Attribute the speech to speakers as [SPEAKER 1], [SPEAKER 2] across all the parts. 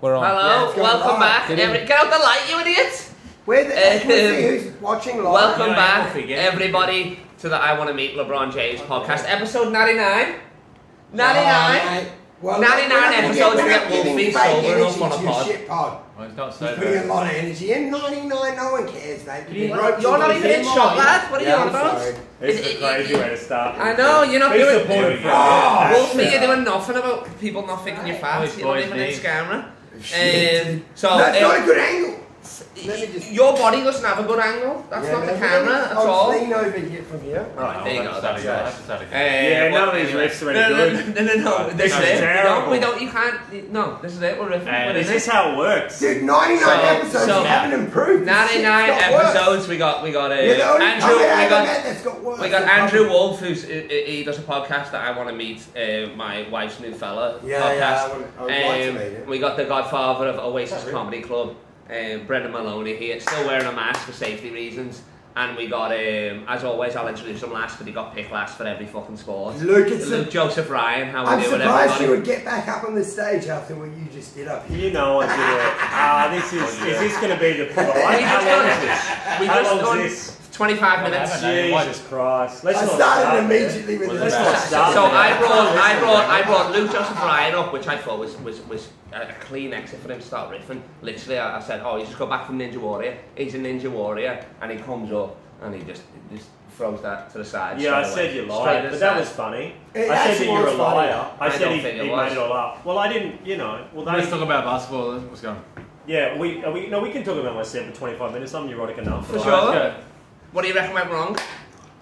[SPEAKER 1] We're on.
[SPEAKER 2] Hello,
[SPEAKER 3] Yeah, it's going
[SPEAKER 2] welcome
[SPEAKER 3] live.
[SPEAKER 2] back.
[SPEAKER 1] Get in.
[SPEAKER 2] Every- get out the light, you idiots!
[SPEAKER 3] Where the,
[SPEAKER 2] Eh,
[SPEAKER 3] can we see who's watching live?
[SPEAKER 2] Welcome
[SPEAKER 4] yeah,
[SPEAKER 2] back,
[SPEAKER 4] Alfie, get in.
[SPEAKER 2] everybody, to the I Want to Meet LeBron James podcast, episode 99.
[SPEAKER 3] Oh,
[SPEAKER 2] 99.
[SPEAKER 3] mate. Well,
[SPEAKER 2] 99
[SPEAKER 3] we're not gonna
[SPEAKER 2] episodes
[SPEAKER 3] get-
[SPEAKER 2] of
[SPEAKER 3] we're not
[SPEAKER 2] Get Wolfie,
[SPEAKER 3] giving
[SPEAKER 2] so
[SPEAKER 3] fake
[SPEAKER 2] we're
[SPEAKER 3] energy
[SPEAKER 2] off on a
[SPEAKER 3] to your
[SPEAKER 2] pod.
[SPEAKER 3] shit pod.
[SPEAKER 1] Well, it's not
[SPEAKER 3] You're
[SPEAKER 1] so
[SPEAKER 3] putting a
[SPEAKER 1] bad.
[SPEAKER 3] lot of energy in. 99, no one cares, mate. You've been
[SPEAKER 4] Yeah,
[SPEAKER 3] roped
[SPEAKER 2] You're
[SPEAKER 3] into
[SPEAKER 2] not even
[SPEAKER 3] this.
[SPEAKER 2] in shot, lad. What are
[SPEAKER 3] Yeah,
[SPEAKER 2] you on
[SPEAKER 3] I'm
[SPEAKER 2] about?
[SPEAKER 3] sorry.
[SPEAKER 2] It-
[SPEAKER 4] It's
[SPEAKER 2] it-
[SPEAKER 4] a crazy
[SPEAKER 2] it-
[SPEAKER 4] way to start.
[SPEAKER 2] I know, you're not
[SPEAKER 4] Be
[SPEAKER 2] doing.
[SPEAKER 4] supportive.
[SPEAKER 3] Oh,
[SPEAKER 2] Wolf me,
[SPEAKER 3] shit.
[SPEAKER 2] you're doing nothing about people not thinking you're fat.
[SPEAKER 1] Always
[SPEAKER 2] You're not
[SPEAKER 1] boys
[SPEAKER 2] even in
[SPEAKER 1] me.
[SPEAKER 2] camera.
[SPEAKER 3] Shit.
[SPEAKER 2] Um, so,
[SPEAKER 3] That's
[SPEAKER 2] um,
[SPEAKER 3] not a good angle. Let me just-
[SPEAKER 2] your body doesn't have a good angle. That's not the camera at all.
[SPEAKER 3] i lean over here from here.
[SPEAKER 2] Right, there you go. That's
[SPEAKER 1] Sorry,
[SPEAKER 2] nice.
[SPEAKER 1] guys. Sorry,
[SPEAKER 2] Uh,
[SPEAKER 1] guys.
[SPEAKER 4] Yeah, none of
[SPEAKER 2] well,
[SPEAKER 4] these riffs are
[SPEAKER 2] no,
[SPEAKER 4] any
[SPEAKER 2] no,
[SPEAKER 4] good.
[SPEAKER 2] No, no, no, no. This
[SPEAKER 4] That's
[SPEAKER 2] is it. No,
[SPEAKER 4] terrible.
[SPEAKER 2] we don't. You can't. No, this is it. We're riffing.
[SPEAKER 4] And
[SPEAKER 2] We're
[SPEAKER 4] is
[SPEAKER 2] in
[SPEAKER 4] this
[SPEAKER 2] it.
[SPEAKER 4] how it works?
[SPEAKER 3] Dude, 99
[SPEAKER 2] So-
[SPEAKER 3] episodes,
[SPEAKER 2] so-
[SPEAKER 3] you haven't improved. This shit's
[SPEAKER 2] 99
[SPEAKER 3] got worse.
[SPEAKER 2] episodes. We got. We got. Uh,
[SPEAKER 3] You're the only
[SPEAKER 2] Andrew.
[SPEAKER 3] Andrew,
[SPEAKER 2] We
[SPEAKER 3] I got,
[SPEAKER 2] got.
[SPEAKER 3] met that's got worse.
[SPEAKER 2] We got
[SPEAKER 3] than
[SPEAKER 2] Andrew
[SPEAKER 3] Bubba.
[SPEAKER 2] Wolf, who's he, he- he does a podcast that I want to meet. Uh, my wife's new fella
[SPEAKER 3] Yeah,
[SPEAKER 2] podcast.
[SPEAKER 3] yeah, I would, I would like to
[SPEAKER 2] Um,
[SPEAKER 3] meet him.
[SPEAKER 2] we got the godfather of Oasis
[SPEAKER 3] Sorry.
[SPEAKER 2] Comedy Club, um, Brendan Maloney here, still wearing a mask for safety reasons. And we got, um, as always, I'll introduce him last because he got picked last for every fucking sport.
[SPEAKER 3] Luke, it's
[SPEAKER 2] Luke Joseph Ryan, how
[SPEAKER 3] I'm
[SPEAKER 2] we doing,
[SPEAKER 3] surprised
[SPEAKER 2] everybody?
[SPEAKER 3] you would get back up on the stage after what you just did up here.
[SPEAKER 4] You know I did it. Ah, this is. Is this going to be the pro?
[SPEAKER 2] we just
[SPEAKER 4] How long is
[SPEAKER 2] done
[SPEAKER 4] this?
[SPEAKER 2] this. We
[SPEAKER 4] How
[SPEAKER 2] just
[SPEAKER 4] long
[SPEAKER 2] done
[SPEAKER 4] is this?
[SPEAKER 2] 25
[SPEAKER 1] What
[SPEAKER 2] minutes.
[SPEAKER 1] happened?
[SPEAKER 4] Jesus Christ! Let's
[SPEAKER 3] I
[SPEAKER 4] not
[SPEAKER 3] started
[SPEAKER 4] start there.
[SPEAKER 3] immediately with
[SPEAKER 1] Was
[SPEAKER 3] this.
[SPEAKER 1] it bad?
[SPEAKER 3] shit.
[SPEAKER 2] So
[SPEAKER 4] Stop it.
[SPEAKER 2] I brought, I brought, I brought Luke Joseph Ryan up, which I thought was was, was a a clean exit for him to start riffing. Literally, I, I said, "Oh, he's just got back from Ninja Warrior. He's a Ninja Warrior," and he comes up and he just he just throws that to the side.
[SPEAKER 4] Yeah, I
[SPEAKER 2] straight away.
[SPEAKER 4] said you
[SPEAKER 2] Straight to
[SPEAKER 4] lied,
[SPEAKER 2] the
[SPEAKER 4] but that
[SPEAKER 2] side.
[SPEAKER 4] was funny.
[SPEAKER 3] It
[SPEAKER 4] I said that
[SPEAKER 3] actually
[SPEAKER 4] you're a
[SPEAKER 3] was funny.
[SPEAKER 4] liar. I,
[SPEAKER 2] I
[SPEAKER 4] said
[SPEAKER 2] don't
[SPEAKER 4] he,
[SPEAKER 2] think it
[SPEAKER 4] he
[SPEAKER 2] was.
[SPEAKER 4] made it all up. Well, I didn't. You know. Well,
[SPEAKER 1] Let's talk
[SPEAKER 4] they,
[SPEAKER 1] about basketball. What's going on?
[SPEAKER 4] yeah. We, are we no, we can talk about myself for 25 minutes. I'm neurotic enough.
[SPEAKER 2] For
[SPEAKER 4] Like,
[SPEAKER 2] sure.
[SPEAKER 1] Let's go.
[SPEAKER 2] What do you reckon went wrong?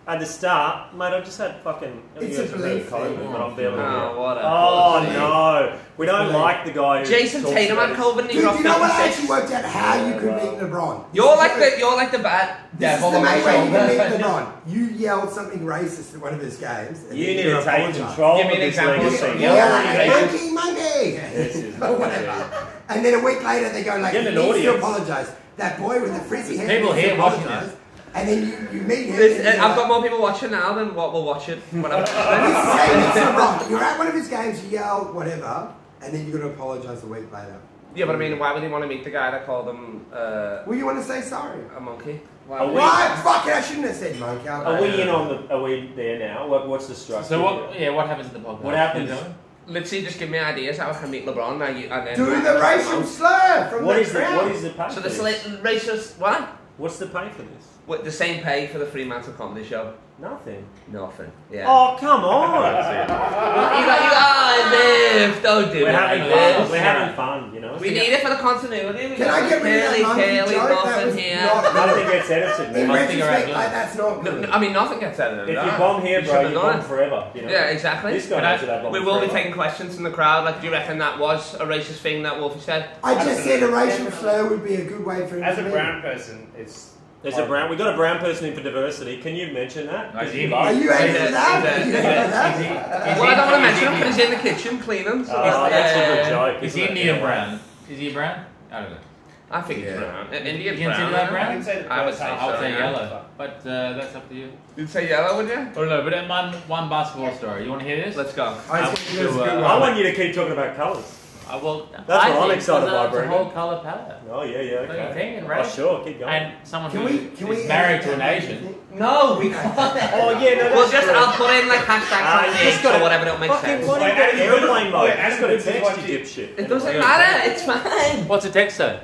[SPEAKER 4] At the start, mate, I just had fucking. I think
[SPEAKER 3] It's
[SPEAKER 4] it
[SPEAKER 3] a
[SPEAKER 4] was
[SPEAKER 3] belief
[SPEAKER 4] COVID,
[SPEAKER 3] thing.
[SPEAKER 4] but I'm barely.
[SPEAKER 2] Oh, what a
[SPEAKER 4] Oh
[SPEAKER 2] pussy.
[SPEAKER 4] no, we don't
[SPEAKER 3] Believe.
[SPEAKER 4] like the guy. Who
[SPEAKER 2] Jason
[SPEAKER 4] talks
[SPEAKER 2] Tatum
[SPEAKER 4] about
[SPEAKER 2] had
[SPEAKER 4] his-
[SPEAKER 2] COVID. and he
[SPEAKER 3] Dude,
[SPEAKER 2] dropped
[SPEAKER 3] you know what? I
[SPEAKER 2] 56.
[SPEAKER 3] actually worked out how you
[SPEAKER 4] Yeah,
[SPEAKER 3] could
[SPEAKER 4] well.
[SPEAKER 3] beat LeBron.
[SPEAKER 2] You're like the you're like the bad
[SPEAKER 3] This
[SPEAKER 2] devil
[SPEAKER 3] is the
[SPEAKER 2] on
[SPEAKER 3] main
[SPEAKER 2] my
[SPEAKER 3] way you
[SPEAKER 2] shoulder.
[SPEAKER 3] can beat LeBron. You yelled something racist at one of his games. and
[SPEAKER 4] You
[SPEAKER 3] then
[SPEAKER 4] need to take
[SPEAKER 3] apologise.
[SPEAKER 4] control
[SPEAKER 2] Give me
[SPEAKER 4] of
[SPEAKER 2] an
[SPEAKER 4] this
[SPEAKER 2] example.
[SPEAKER 4] legacy.
[SPEAKER 3] Yeah,
[SPEAKER 2] Yeah,
[SPEAKER 3] yeah,
[SPEAKER 2] yeah.
[SPEAKER 3] Monkey Monday.
[SPEAKER 4] This is
[SPEAKER 3] Or
[SPEAKER 4] not
[SPEAKER 3] whatever. And then a week later they go like,
[SPEAKER 4] Get
[SPEAKER 3] you
[SPEAKER 4] an
[SPEAKER 3] need to
[SPEAKER 4] audience.
[SPEAKER 3] apologise. That boy with the frizzy hair.
[SPEAKER 1] People
[SPEAKER 3] needs to
[SPEAKER 1] here watching
[SPEAKER 3] apologise. And then you, you meet him.
[SPEAKER 2] This-
[SPEAKER 3] and you're
[SPEAKER 2] I've got
[SPEAKER 3] like,
[SPEAKER 2] more people watching now than what will watch it when I'm
[SPEAKER 3] This is saying it's not wrong. You're at one of his games, you yell whatever, and then you're going to apologise a week later.
[SPEAKER 2] Yeah, but I mean, why would he want to meet the guy that called him uh,
[SPEAKER 3] Well, you want to say sorry.
[SPEAKER 2] a monkey?
[SPEAKER 4] Are we-
[SPEAKER 3] Why? Fuck it, I shouldn't have said monkey.
[SPEAKER 4] Are we in on the? Are we there now? What, what's the structure?
[SPEAKER 1] So what?
[SPEAKER 4] here?
[SPEAKER 1] Yeah, what happens in the podcast?
[SPEAKER 4] What happens?
[SPEAKER 1] You know?
[SPEAKER 2] Literally, just give me ideas how I can meet LeBron. And, you, and then
[SPEAKER 3] Do the racial slur from
[SPEAKER 4] What
[SPEAKER 3] the
[SPEAKER 4] is the
[SPEAKER 3] crowd.
[SPEAKER 4] what is the pay?
[SPEAKER 2] So
[SPEAKER 4] for
[SPEAKER 2] the
[SPEAKER 4] this?
[SPEAKER 2] sla- racist what?
[SPEAKER 4] What's the pay for this?
[SPEAKER 2] With the same pay for the Fremantle comedy show?
[SPEAKER 4] Nothing.
[SPEAKER 2] Nothing. Yeah.
[SPEAKER 4] Oh come on!
[SPEAKER 2] You got you got live. Don't do
[SPEAKER 4] We're
[SPEAKER 2] it.
[SPEAKER 4] having
[SPEAKER 2] Liv.
[SPEAKER 4] fun. We're having fun. You know.
[SPEAKER 2] We need it for the continuity. We
[SPEAKER 3] Can
[SPEAKER 2] got
[SPEAKER 3] I get rid of
[SPEAKER 2] curly,
[SPEAKER 3] that monkey
[SPEAKER 2] curly,
[SPEAKER 3] joke? That
[SPEAKER 2] nothing
[SPEAKER 3] was
[SPEAKER 2] here.
[SPEAKER 3] not-
[SPEAKER 4] Nothing gets edited.
[SPEAKER 3] In
[SPEAKER 4] Man.
[SPEAKER 3] retrospect, like, that's not
[SPEAKER 2] No,
[SPEAKER 3] good.
[SPEAKER 2] no, I mean, nothing gets out
[SPEAKER 4] If
[SPEAKER 2] of it.
[SPEAKER 4] you bomb here,
[SPEAKER 2] You
[SPEAKER 4] bro,
[SPEAKER 2] should've
[SPEAKER 4] you
[SPEAKER 2] done
[SPEAKER 4] bomb
[SPEAKER 2] it.
[SPEAKER 4] forever. You know.
[SPEAKER 2] Yeah, exactly.
[SPEAKER 4] This guy
[SPEAKER 2] But I-
[SPEAKER 4] knows that I've gone
[SPEAKER 2] we will be
[SPEAKER 4] forever.
[SPEAKER 2] taking questions from the crowd. Like, do you reckon that was a racist thing that Wolfie said?
[SPEAKER 3] I just said a racial slur would be a good way for him
[SPEAKER 5] As
[SPEAKER 3] to
[SPEAKER 5] a
[SPEAKER 3] meet.
[SPEAKER 5] brown person, it's.
[SPEAKER 4] There's a brown. We got a brown person in for diversity. Can you mention that? 'Cause
[SPEAKER 1] I
[SPEAKER 4] you
[SPEAKER 1] did.
[SPEAKER 3] Are
[SPEAKER 4] like-
[SPEAKER 3] you angry
[SPEAKER 2] Yeah,
[SPEAKER 3] with that?
[SPEAKER 2] yeah,
[SPEAKER 3] Are you
[SPEAKER 2] yeah.
[SPEAKER 3] angry with
[SPEAKER 5] Is he-
[SPEAKER 3] that?
[SPEAKER 5] is
[SPEAKER 2] Well, I don't
[SPEAKER 5] he-
[SPEAKER 2] want to
[SPEAKER 5] is he-
[SPEAKER 2] mention him because he's in the kitchen cleaning. So
[SPEAKER 4] Oh, that's
[SPEAKER 2] yeah,
[SPEAKER 4] a
[SPEAKER 2] yeah,
[SPEAKER 4] good
[SPEAKER 2] yeah.
[SPEAKER 4] joke.
[SPEAKER 1] Is
[SPEAKER 4] isn't
[SPEAKER 1] he
[SPEAKER 4] it?
[SPEAKER 1] Indian
[SPEAKER 4] Yeah.
[SPEAKER 1] brown? Is he brown? I don't know.
[SPEAKER 2] I think it's
[SPEAKER 3] Yeah.
[SPEAKER 2] brown. An Indian
[SPEAKER 1] You consider
[SPEAKER 2] brown.
[SPEAKER 1] that brown?
[SPEAKER 5] I would say,
[SPEAKER 2] I would say
[SPEAKER 1] I would say
[SPEAKER 2] yeah.
[SPEAKER 1] yellow, but uh, that's up to you.
[SPEAKER 2] You'd say yellow, would you?
[SPEAKER 1] I don't know. But in one one basketball story, you want to hear this?
[SPEAKER 2] Let's go.
[SPEAKER 3] I
[SPEAKER 1] I
[SPEAKER 3] was thinking it was a
[SPEAKER 1] want to,
[SPEAKER 3] good
[SPEAKER 1] uh,
[SPEAKER 4] I
[SPEAKER 3] one.
[SPEAKER 4] want you to keep talking about colours.
[SPEAKER 1] I will.
[SPEAKER 4] That's
[SPEAKER 1] Uh, I
[SPEAKER 4] what I'm
[SPEAKER 1] think
[SPEAKER 4] excited
[SPEAKER 1] it's a-
[SPEAKER 4] by,
[SPEAKER 1] it's a
[SPEAKER 4] Brendan.
[SPEAKER 1] whole color palette.
[SPEAKER 4] Oh yeah, yeah.
[SPEAKER 1] What are you
[SPEAKER 4] Okay.
[SPEAKER 1] thinking,
[SPEAKER 4] Oh
[SPEAKER 1] right?
[SPEAKER 4] sure, keep going.
[SPEAKER 1] And someone
[SPEAKER 3] Can
[SPEAKER 1] who
[SPEAKER 3] we? Can we?
[SPEAKER 1] is married
[SPEAKER 3] edit
[SPEAKER 1] to an
[SPEAKER 3] that?
[SPEAKER 1] Asian.
[SPEAKER 2] No, we can't.
[SPEAKER 4] oh yeah, no.
[SPEAKER 2] Well,
[SPEAKER 4] that's
[SPEAKER 2] just
[SPEAKER 4] true.
[SPEAKER 2] I'll put in like hashtags
[SPEAKER 4] Ah,
[SPEAKER 2] on
[SPEAKER 4] you just
[SPEAKER 2] it
[SPEAKER 4] gotta-
[SPEAKER 2] or whatever. It'll make
[SPEAKER 4] Fucking
[SPEAKER 2] sense.
[SPEAKER 4] what
[SPEAKER 5] Wait,
[SPEAKER 4] are you
[SPEAKER 5] Adam-
[SPEAKER 4] airplane mode?
[SPEAKER 5] wait,
[SPEAKER 4] It's
[SPEAKER 5] Adam
[SPEAKER 4] got a
[SPEAKER 5] Good's
[SPEAKER 4] text, you
[SPEAKER 5] watching.
[SPEAKER 4] dipshit.
[SPEAKER 2] It doesn't matter. It's fine.
[SPEAKER 1] What's a text though?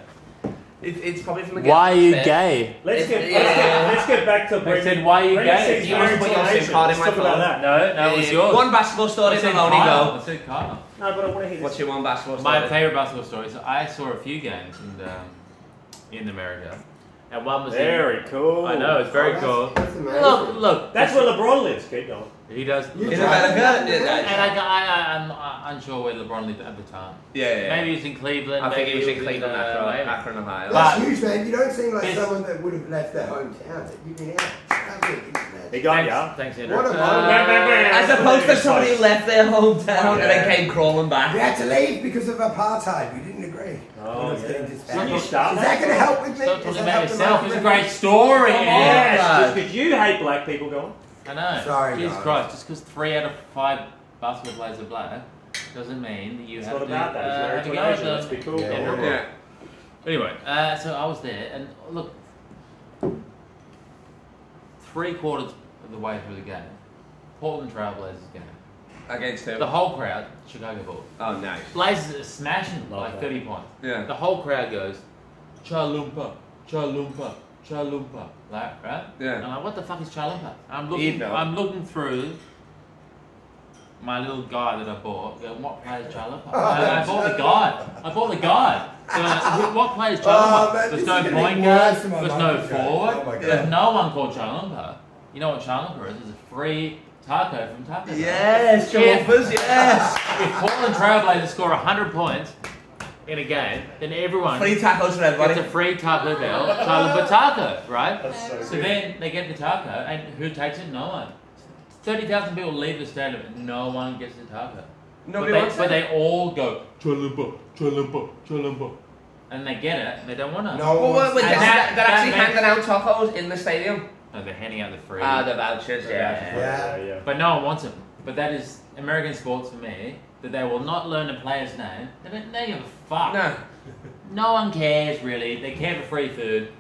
[SPEAKER 2] It, it's probably from the.
[SPEAKER 1] Why are you
[SPEAKER 2] Fair.
[SPEAKER 1] gay?
[SPEAKER 4] Let's
[SPEAKER 2] It's-
[SPEAKER 4] get, let's,
[SPEAKER 2] yeah.
[SPEAKER 4] get, let's get back to
[SPEAKER 1] I
[SPEAKER 4] Brendan.
[SPEAKER 1] said, why are you
[SPEAKER 4] Brendan
[SPEAKER 1] gay?
[SPEAKER 4] says
[SPEAKER 1] You must
[SPEAKER 4] married
[SPEAKER 1] put
[SPEAKER 4] to
[SPEAKER 1] your
[SPEAKER 4] Asian.
[SPEAKER 2] SIM card in
[SPEAKER 4] Let's
[SPEAKER 2] my
[SPEAKER 4] talk about
[SPEAKER 2] phone.
[SPEAKER 4] that.
[SPEAKER 1] No, no, it was
[SPEAKER 2] Uh,
[SPEAKER 1] yours.
[SPEAKER 2] One basketball
[SPEAKER 1] I
[SPEAKER 2] story
[SPEAKER 1] said
[SPEAKER 2] then I'll only
[SPEAKER 1] Kyle.
[SPEAKER 2] go.
[SPEAKER 1] I said Kyle.
[SPEAKER 4] No, but I want to hear
[SPEAKER 2] What's
[SPEAKER 4] this.
[SPEAKER 2] your one basketball story?
[SPEAKER 1] My favorite basketball story. So I saw a few games in um, in America, and one was in-
[SPEAKER 4] Very cool.
[SPEAKER 1] I know it's very
[SPEAKER 3] Oh,
[SPEAKER 1] cool.
[SPEAKER 3] that's- That's amazing.
[SPEAKER 1] Look, look,
[SPEAKER 4] That's where LeBron lives. Keep going.
[SPEAKER 1] he does.
[SPEAKER 3] You
[SPEAKER 2] In
[SPEAKER 3] tried
[SPEAKER 2] America?
[SPEAKER 3] it.
[SPEAKER 2] Yeah,
[SPEAKER 1] And I, I, I, I'm uh, unsure where LeBron lived at the time.
[SPEAKER 2] Yeah, yeah, yeah.
[SPEAKER 1] Maybe he was in Cleveland.
[SPEAKER 2] I think
[SPEAKER 1] maybe
[SPEAKER 2] it was in Cleveland,
[SPEAKER 1] uh,
[SPEAKER 2] Akron,
[SPEAKER 1] Miami.
[SPEAKER 2] Akron, Ohio.
[SPEAKER 1] But-
[SPEAKER 3] That's huge, man. You don't seem like
[SPEAKER 1] It's-
[SPEAKER 3] someone that would have left their hometown. You've been out. How big is that?
[SPEAKER 4] He got
[SPEAKER 1] Thanks,
[SPEAKER 4] ya.
[SPEAKER 1] thanks, Andrew.
[SPEAKER 3] What a
[SPEAKER 1] Uh,
[SPEAKER 2] As opposed to somebody who left their hometown and
[SPEAKER 4] Oh, Yeah.
[SPEAKER 2] then came crawling
[SPEAKER 3] We
[SPEAKER 2] back.
[SPEAKER 3] had to leave because of apartheid. We didn't agree.
[SPEAKER 4] Oh,
[SPEAKER 3] When I was
[SPEAKER 4] yeah.
[SPEAKER 3] getting
[SPEAKER 4] Can
[SPEAKER 3] dispatched.
[SPEAKER 4] you
[SPEAKER 3] Is
[SPEAKER 4] stop?
[SPEAKER 3] that going to help with
[SPEAKER 1] Stop
[SPEAKER 3] me? Does
[SPEAKER 1] talking
[SPEAKER 3] that
[SPEAKER 1] about
[SPEAKER 3] help
[SPEAKER 1] yourself.
[SPEAKER 3] with
[SPEAKER 1] It's
[SPEAKER 3] my
[SPEAKER 1] a great story.
[SPEAKER 2] Come on.
[SPEAKER 1] Andrew.
[SPEAKER 4] Yeah,
[SPEAKER 2] Yeah.
[SPEAKER 4] just because you hate black people, go on.
[SPEAKER 1] I know.
[SPEAKER 3] Sorry,
[SPEAKER 1] Jesus
[SPEAKER 3] guys.
[SPEAKER 1] Christ, just because three out of five basketball players are black doesn't mean that you
[SPEAKER 4] It's
[SPEAKER 1] have
[SPEAKER 4] not
[SPEAKER 1] to,
[SPEAKER 4] about that.
[SPEAKER 1] uh, have
[SPEAKER 4] It's
[SPEAKER 1] to
[SPEAKER 4] an
[SPEAKER 1] go at
[SPEAKER 4] explanation. Let's
[SPEAKER 1] them.
[SPEAKER 4] be cool.
[SPEAKER 3] Yeah.
[SPEAKER 4] Yeah.
[SPEAKER 2] Yeah.
[SPEAKER 1] Anyway, uh, so I was there, and look, three quarters of the way through the game, Portland Trailblazers game,
[SPEAKER 2] Against him.
[SPEAKER 1] the whole crowd, Chicago Bulls,
[SPEAKER 2] Oh, nice.
[SPEAKER 1] Blazers are smashing
[SPEAKER 4] Love
[SPEAKER 1] like
[SPEAKER 4] that.
[SPEAKER 1] thirty points.
[SPEAKER 2] Yeah.
[SPEAKER 1] The whole crowd goes, Chalumpa, Chalumpa, Chalumpa, like right?
[SPEAKER 2] Yeah.
[SPEAKER 1] And I'm like, what the fuck is Chalumpa? I'm looking,
[SPEAKER 2] He'd know.
[SPEAKER 1] I'm looking through my little guide that I bought. Going, what player is Chalumpa? I, I bought the guide. I bought the guide. So, who- what player is Chalumpa?
[SPEAKER 3] Oh, man,
[SPEAKER 1] there's
[SPEAKER 3] this
[SPEAKER 1] no
[SPEAKER 3] is getting
[SPEAKER 1] point guard.
[SPEAKER 3] worse
[SPEAKER 1] There's
[SPEAKER 3] than my
[SPEAKER 1] no
[SPEAKER 3] lunch,
[SPEAKER 1] forward.
[SPEAKER 3] okay. Oh, my God.
[SPEAKER 1] There's no one called Chalumpa. You know what Chalumpa is? It's a free taco from Taco Bell.
[SPEAKER 2] Yes, Chalupas, yes.
[SPEAKER 1] If Portland Trailblazers score 100 points in a game, then everyone
[SPEAKER 2] Free tacos for
[SPEAKER 1] it's
[SPEAKER 2] everybody.
[SPEAKER 1] a free Taco Bell, Taco Bataco, right?
[SPEAKER 4] That's so,
[SPEAKER 1] So
[SPEAKER 4] good.
[SPEAKER 1] then they get the taco, and who takes it? No one. 30,000 people leave the stadium, and no one gets the taco.
[SPEAKER 2] Nobody
[SPEAKER 1] but,
[SPEAKER 2] wants
[SPEAKER 1] they, but
[SPEAKER 2] it.
[SPEAKER 1] they all go, Chalumba, Chalumba, Chalumba. And they get it, and they don't want to.
[SPEAKER 2] Well,
[SPEAKER 3] No one
[SPEAKER 2] well,
[SPEAKER 3] wants
[SPEAKER 2] wait,
[SPEAKER 1] And
[SPEAKER 2] they're,
[SPEAKER 3] that.
[SPEAKER 1] that-
[SPEAKER 2] they're actually
[SPEAKER 1] that
[SPEAKER 2] handing out tacos in the stadium.
[SPEAKER 1] No, Oh, they're handing out the free.
[SPEAKER 2] Ah, the vouchers, yeah.
[SPEAKER 1] Yeah.
[SPEAKER 4] yeah.
[SPEAKER 3] Yeah.
[SPEAKER 4] yeah.
[SPEAKER 1] But no one wants them. But that is American sports for me, that they will not learn a player's name. They don't they don't give a fuck.
[SPEAKER 2] No,
[SPEAKER 1] No one cares, really. They care for free food.